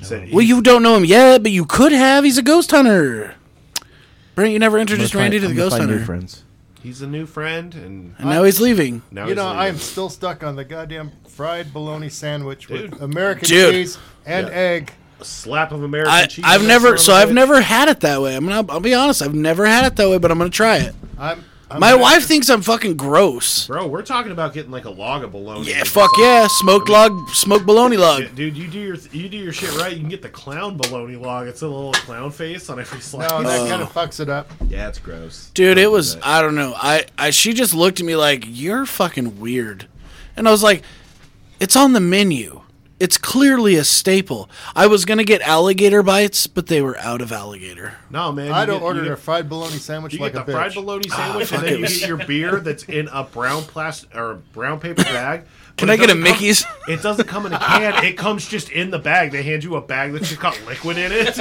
Said he- Well, you don't know him yet, but you could have. He's a ghost hunter. Brent, you never introduced Randy to the ghost hunter. friends. he's a new friend, and And now he's leaving. now You he's know, leaving. I am still stuck on the goddamn fried bologna sandwich Dude. with American Dude. cheese and Yeah. egg. a slap of American I, cheese. I've next never, time so I I've did. never had it that way. I'm gonna, I'll be honest, I've never had it that way, but I'm gonna try it. I'm, I'm My gonna- wife thinks I'm fucking gross. Bro, we're talking about getting like a log of bologna. Yeah, and fuck stuff. yeah, smoked log, smoked bologna log. Yeah, Dude, you do your you do your shit right. You can get the clown bologna log. It's a little clown face on every No, slice. that kind of fucks it up. yeah, it's gross. Dude, it was, I don't know. I, I, she just looked at me like, you're fucking weird. And I was like, it's on the menu. It's clearly a staple. I was gonna get alligator bites, but they were out of alligator. No, man. I you don't get- order you a get- fried bologna sandwich You like get a the fried bitch. bologna sandwich, and fuck, then it you was- get your beer that's in a brown plastic or a brown paper bag. but Can it I get a doesn't come- Mickey's? it doesn't come in a can. It comes just in the bag. They hand you a bag that's just got liquid in it.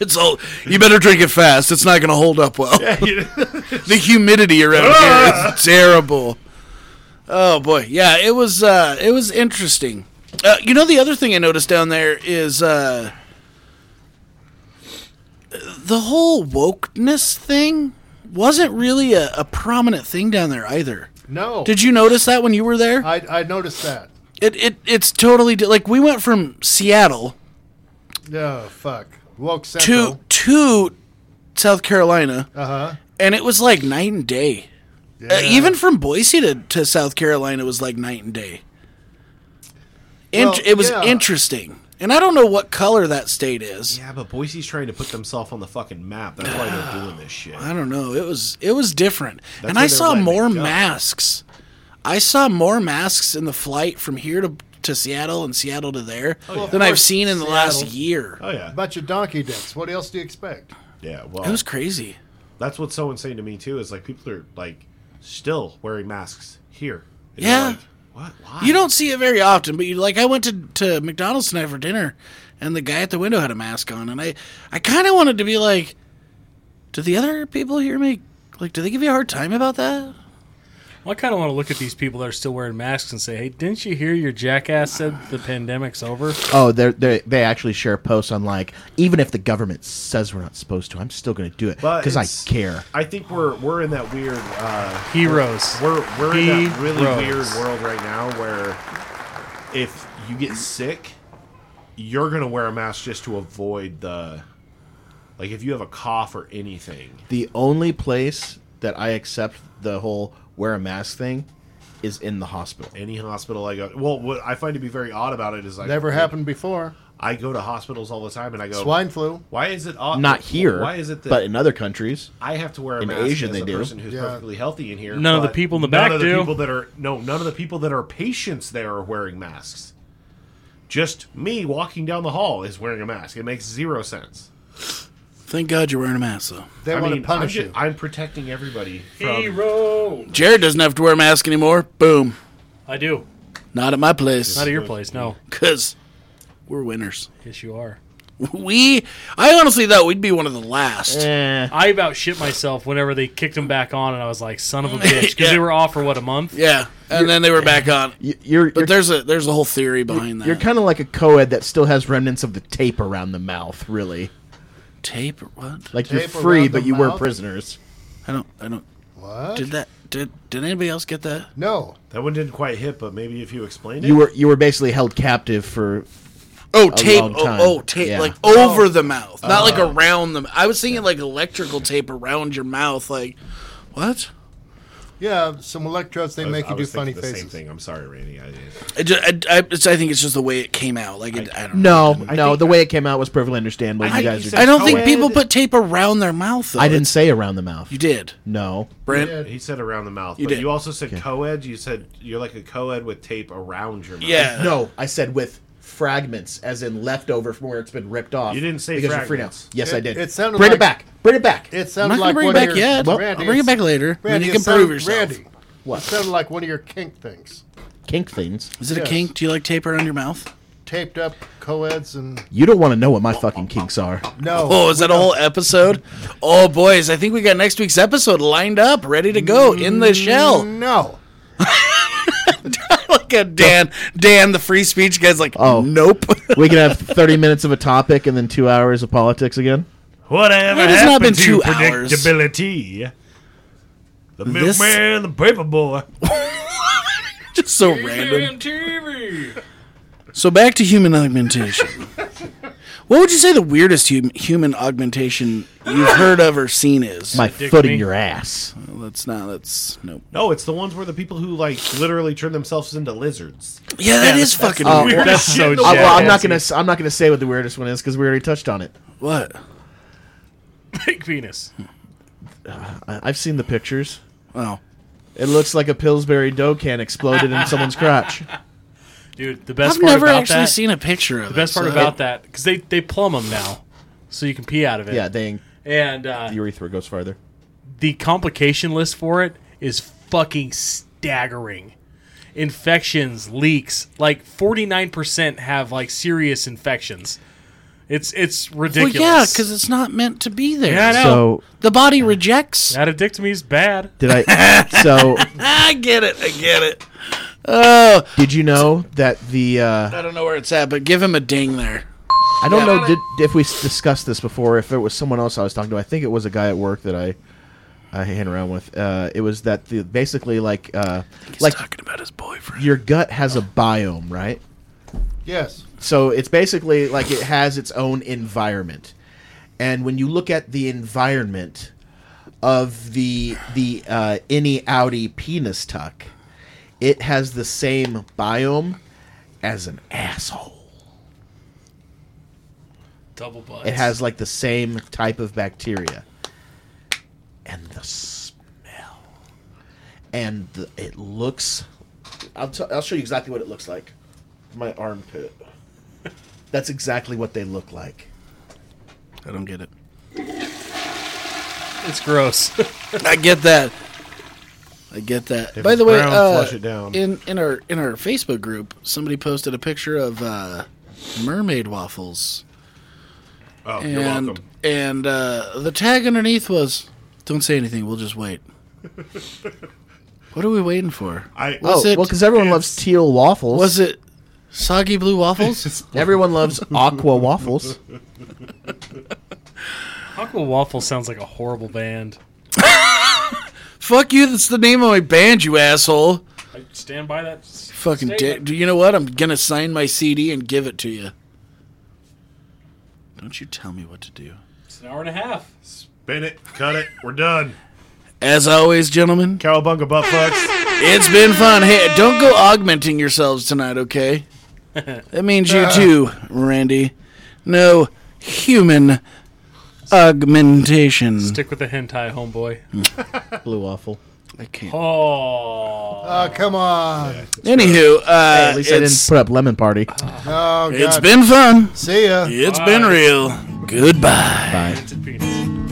It's all. You better drink it fast. It's not gonna hold up well. the humidity around here is terrible. Oh boy, yeah, it was uh, it was interesting. Uh, you know, the other thing I noticed down there is uh, the whole wokeness thing wasn't really a, a prominent thing down there either. No, Did you notice that when you were there? I, I noticed that. It, it it's totally di- like we went from Seattle Oh fuck, woke central. to uh, to South Carolina, Uh huh. and it was like night and day. Uh, even from Boise to, to South Carolina was like night and day. Int- Well, it was yeah. interesting, and I don't know what color that state is. yeah, but Boise's trying to put themselves on the fucking map. That's why they're doing this shit. I don't know. It was it was different, and where I they're saw letting it more go. masks. I saw more masks in the flight from here to to Seattle and Seattle to there yeah. than Of I've course, seen in the last Seattle. year. Oh yeah, Bunch of donkey dicks. What else do you expect? yeah. Well, It was crazy. that's what's so insane to me too. Is like people are like still wearing masks here. And Yeah. you're like, what? Why? You don't see it very often, but you like I went to, to McDonald's tonight for dinner and the guy at the window had a mask on and I I kind of wanted to be like do the other people here make like do they give you a hard time about that? Well, I kind of want to look at these people that are still wearing masks and say, "Hey, didn't you hear your jackass said the pandemic's over?" Oh, they they they actually share posts on like even if the government says we're not supposed to, I'm still going to do it But because I it's- care. I think we're we're in that weird. Uh, Heroes. We're we're in that really Heroes. weird world right now where if you get sick, you're gonna wear a mask just to avoid the like if you have a cough or anything. The only place that I accept the whole wear a mask thing is in the hospital. Any hospital I go, well, what I find to be very odd about it Oh. is like Never happened before. I go to hospitals all the time and I go. Swine flu. Why is it odd? Not here, Why is it that but in other countries. I have to wear a in mask Asia as they a do. person who's Yeah. perfectly healthy in here? None of the but people in the none back of the do. people that are no, none of the people that are patients there are wearing masks. Just me walking down the hall is wearing a mask. It makes zero sense. Thank God you're wearing a mask though. They I want mean, to punish I'm, ju- you. I'm protecting everybody from. Hero. Jared doesn't have to wear a mask anymore. Boom. I do. Not at my place e- Not at your place. No. cuz we're winners. Yes, you are. We I honestly thought we'd be one of the last. Eh. I about shit myself whenever they kicked them back on, and I was like, "Son of a bitch," because they Yeah. were off for what a month. Yeah. And then they were back on. Y- You're But eh. you're, there's a there's a whole theory behind that. you're kind of like a co-ed that still has remnants of the tape around the mouth. Really, tape or what? like you're Tape free, around but the you were mouth? prisoners. I don't I don't what? did that did did anybody else get that? No. That one didn't quite hit, but maybe if you explained it, You were you were basically held captive for Oh, tape. long time. Oh, oh, tape. Yeah. Like over the mouth, not like around them. I was thinking like electrical tape around your mouth. Like, what? Yeah, some electrodes. They I was- make I you do was funny thinking the faces. Same thing. I'm sorry, Randy. I, did. I, ju- I, I, it's, I think it's just the way it came out. Like, it, I, don't. know. no I no. think- the way it came out was perfectly understandable. I you think guys you are said I don't think co-ed. people put tape around their mouth. Though. I didn't It's- say around the mouth. You did, No. Brent. Yeah. He said around the mouth, You but did. you also said co-ed. You said you're like a co-ed with tape around your mouth. Yeah. No, I said with fragments, as in leftover from where it's been ripped off. You didn't say because you're free now. fragments. Yes, It- I did. it sounded bring like- it back. Bring it back. It I'm sounded not gonna like bring it one back of your, yet. Randy, I'll bring it back later. Randy, Randy, you can sound- prove yourself. Randy, What? it sounded like one of your kink things. Kink things. Is it Yes. a kink? Do you like tape around your mouth? Taped up co-eds and You don't want to know what my fucking kinks are. no. Oh, is that a whole episode? Oh, boys, I think we got next week's episode lined up, ready to go in the shell. No. Look at Dan. Dan, the free speech guy's like, Oh. nope. We can have thirty minutes of a topic and then two hours of politics again. Whatever It has not happened been to two hours. predictability? The This- milkman, the paper boy. Just so random. So back to human augmentation. what would you say the weirdest hum- human augmentation you've heard of or seen is? My Dick foot me. in your ass. That's not. That's nope. No, it's the ones where the people who like literally turn themselves into lizards. Yeah, that is fucking weird. Weird That's shit so in the Uh, Yeah, well, I'm world. not gonna. s- I'm not gonna say what the weirdest one is because we already touched on it. What? Big penis. I- I've seen the pictures. Wow. It looks like a Pillsbury dough can exploded in someone's crotch. dude. The best I've part never about actually that. seen a picture of the best it, part so- about that because they they plumb them now, so you can pee out of it. Yeah, they And uh, the urethra goes farther. the complication list for it is fucking staggering. Infections, leaks, like 49% have like serious infections. It's it's Well, ridiculous. yeah, because it's not meant to be there. Yeah, I know. So The body rejects. that addictomy is bad. did I? So I get it. I get it. Oh, did you know that the? Uh, I don't know where it's at, but give him a ding there. I don't know did, if we s- discussed this before. If it was someone else I was talking to, I think it was a guy at work that I I hang around with. Uh, it was that the basically like uh, He's like talking about his boyfriend. your gut has a biome, right? Yes. So it's basically like it has its own environment, and when you look at the environment of the the uh, any outie penis tuck, it has the same biome as an asshole. Double butts. It has like the same type of bacteria, and the smell, and the, it looks. I'll, t- I'll show you exactly what it looks like. My armpit. That's exactly what they look like. I don't get it. It's gross. I get that. I get that. By it's the way, brown, uh, flush it down. in in our in our Facebook group, somebody posted a picture of uh, mermaid waffles, Oh, and you're welcome. and uh, the tag underneath was, "Don't say anything. We'll just wait." what are we waiting for? I Was oh, it- well, because everyone loves teal waffles. Was it soggy blue waffles? Everyone loves aqua waffles. Aqua Waffle sounds like a horrible band. Fuck you! That's the name of my band, you asshole. I stand by that. Fucking dick. Do you know what? I'm gonna sign my CD and give it to you. Don't you tell me what to do. It's an hour and a half. Spin it, cut it, we're done. As always, gentlemen, Cowabunga butt fucks. it's been fun. Hey, don't go augmenting yourselves tonight, okay? That means you too, Randy. No human augmentation. Stick with the hentai, homeboy. Blue waffle. I can't. Oh, Oh, come on. Anywho, uh, At least I didn't it's, put up lemon party. Oh, God. it's been fun. See ya. It's been real. Goodbye. it's a penis.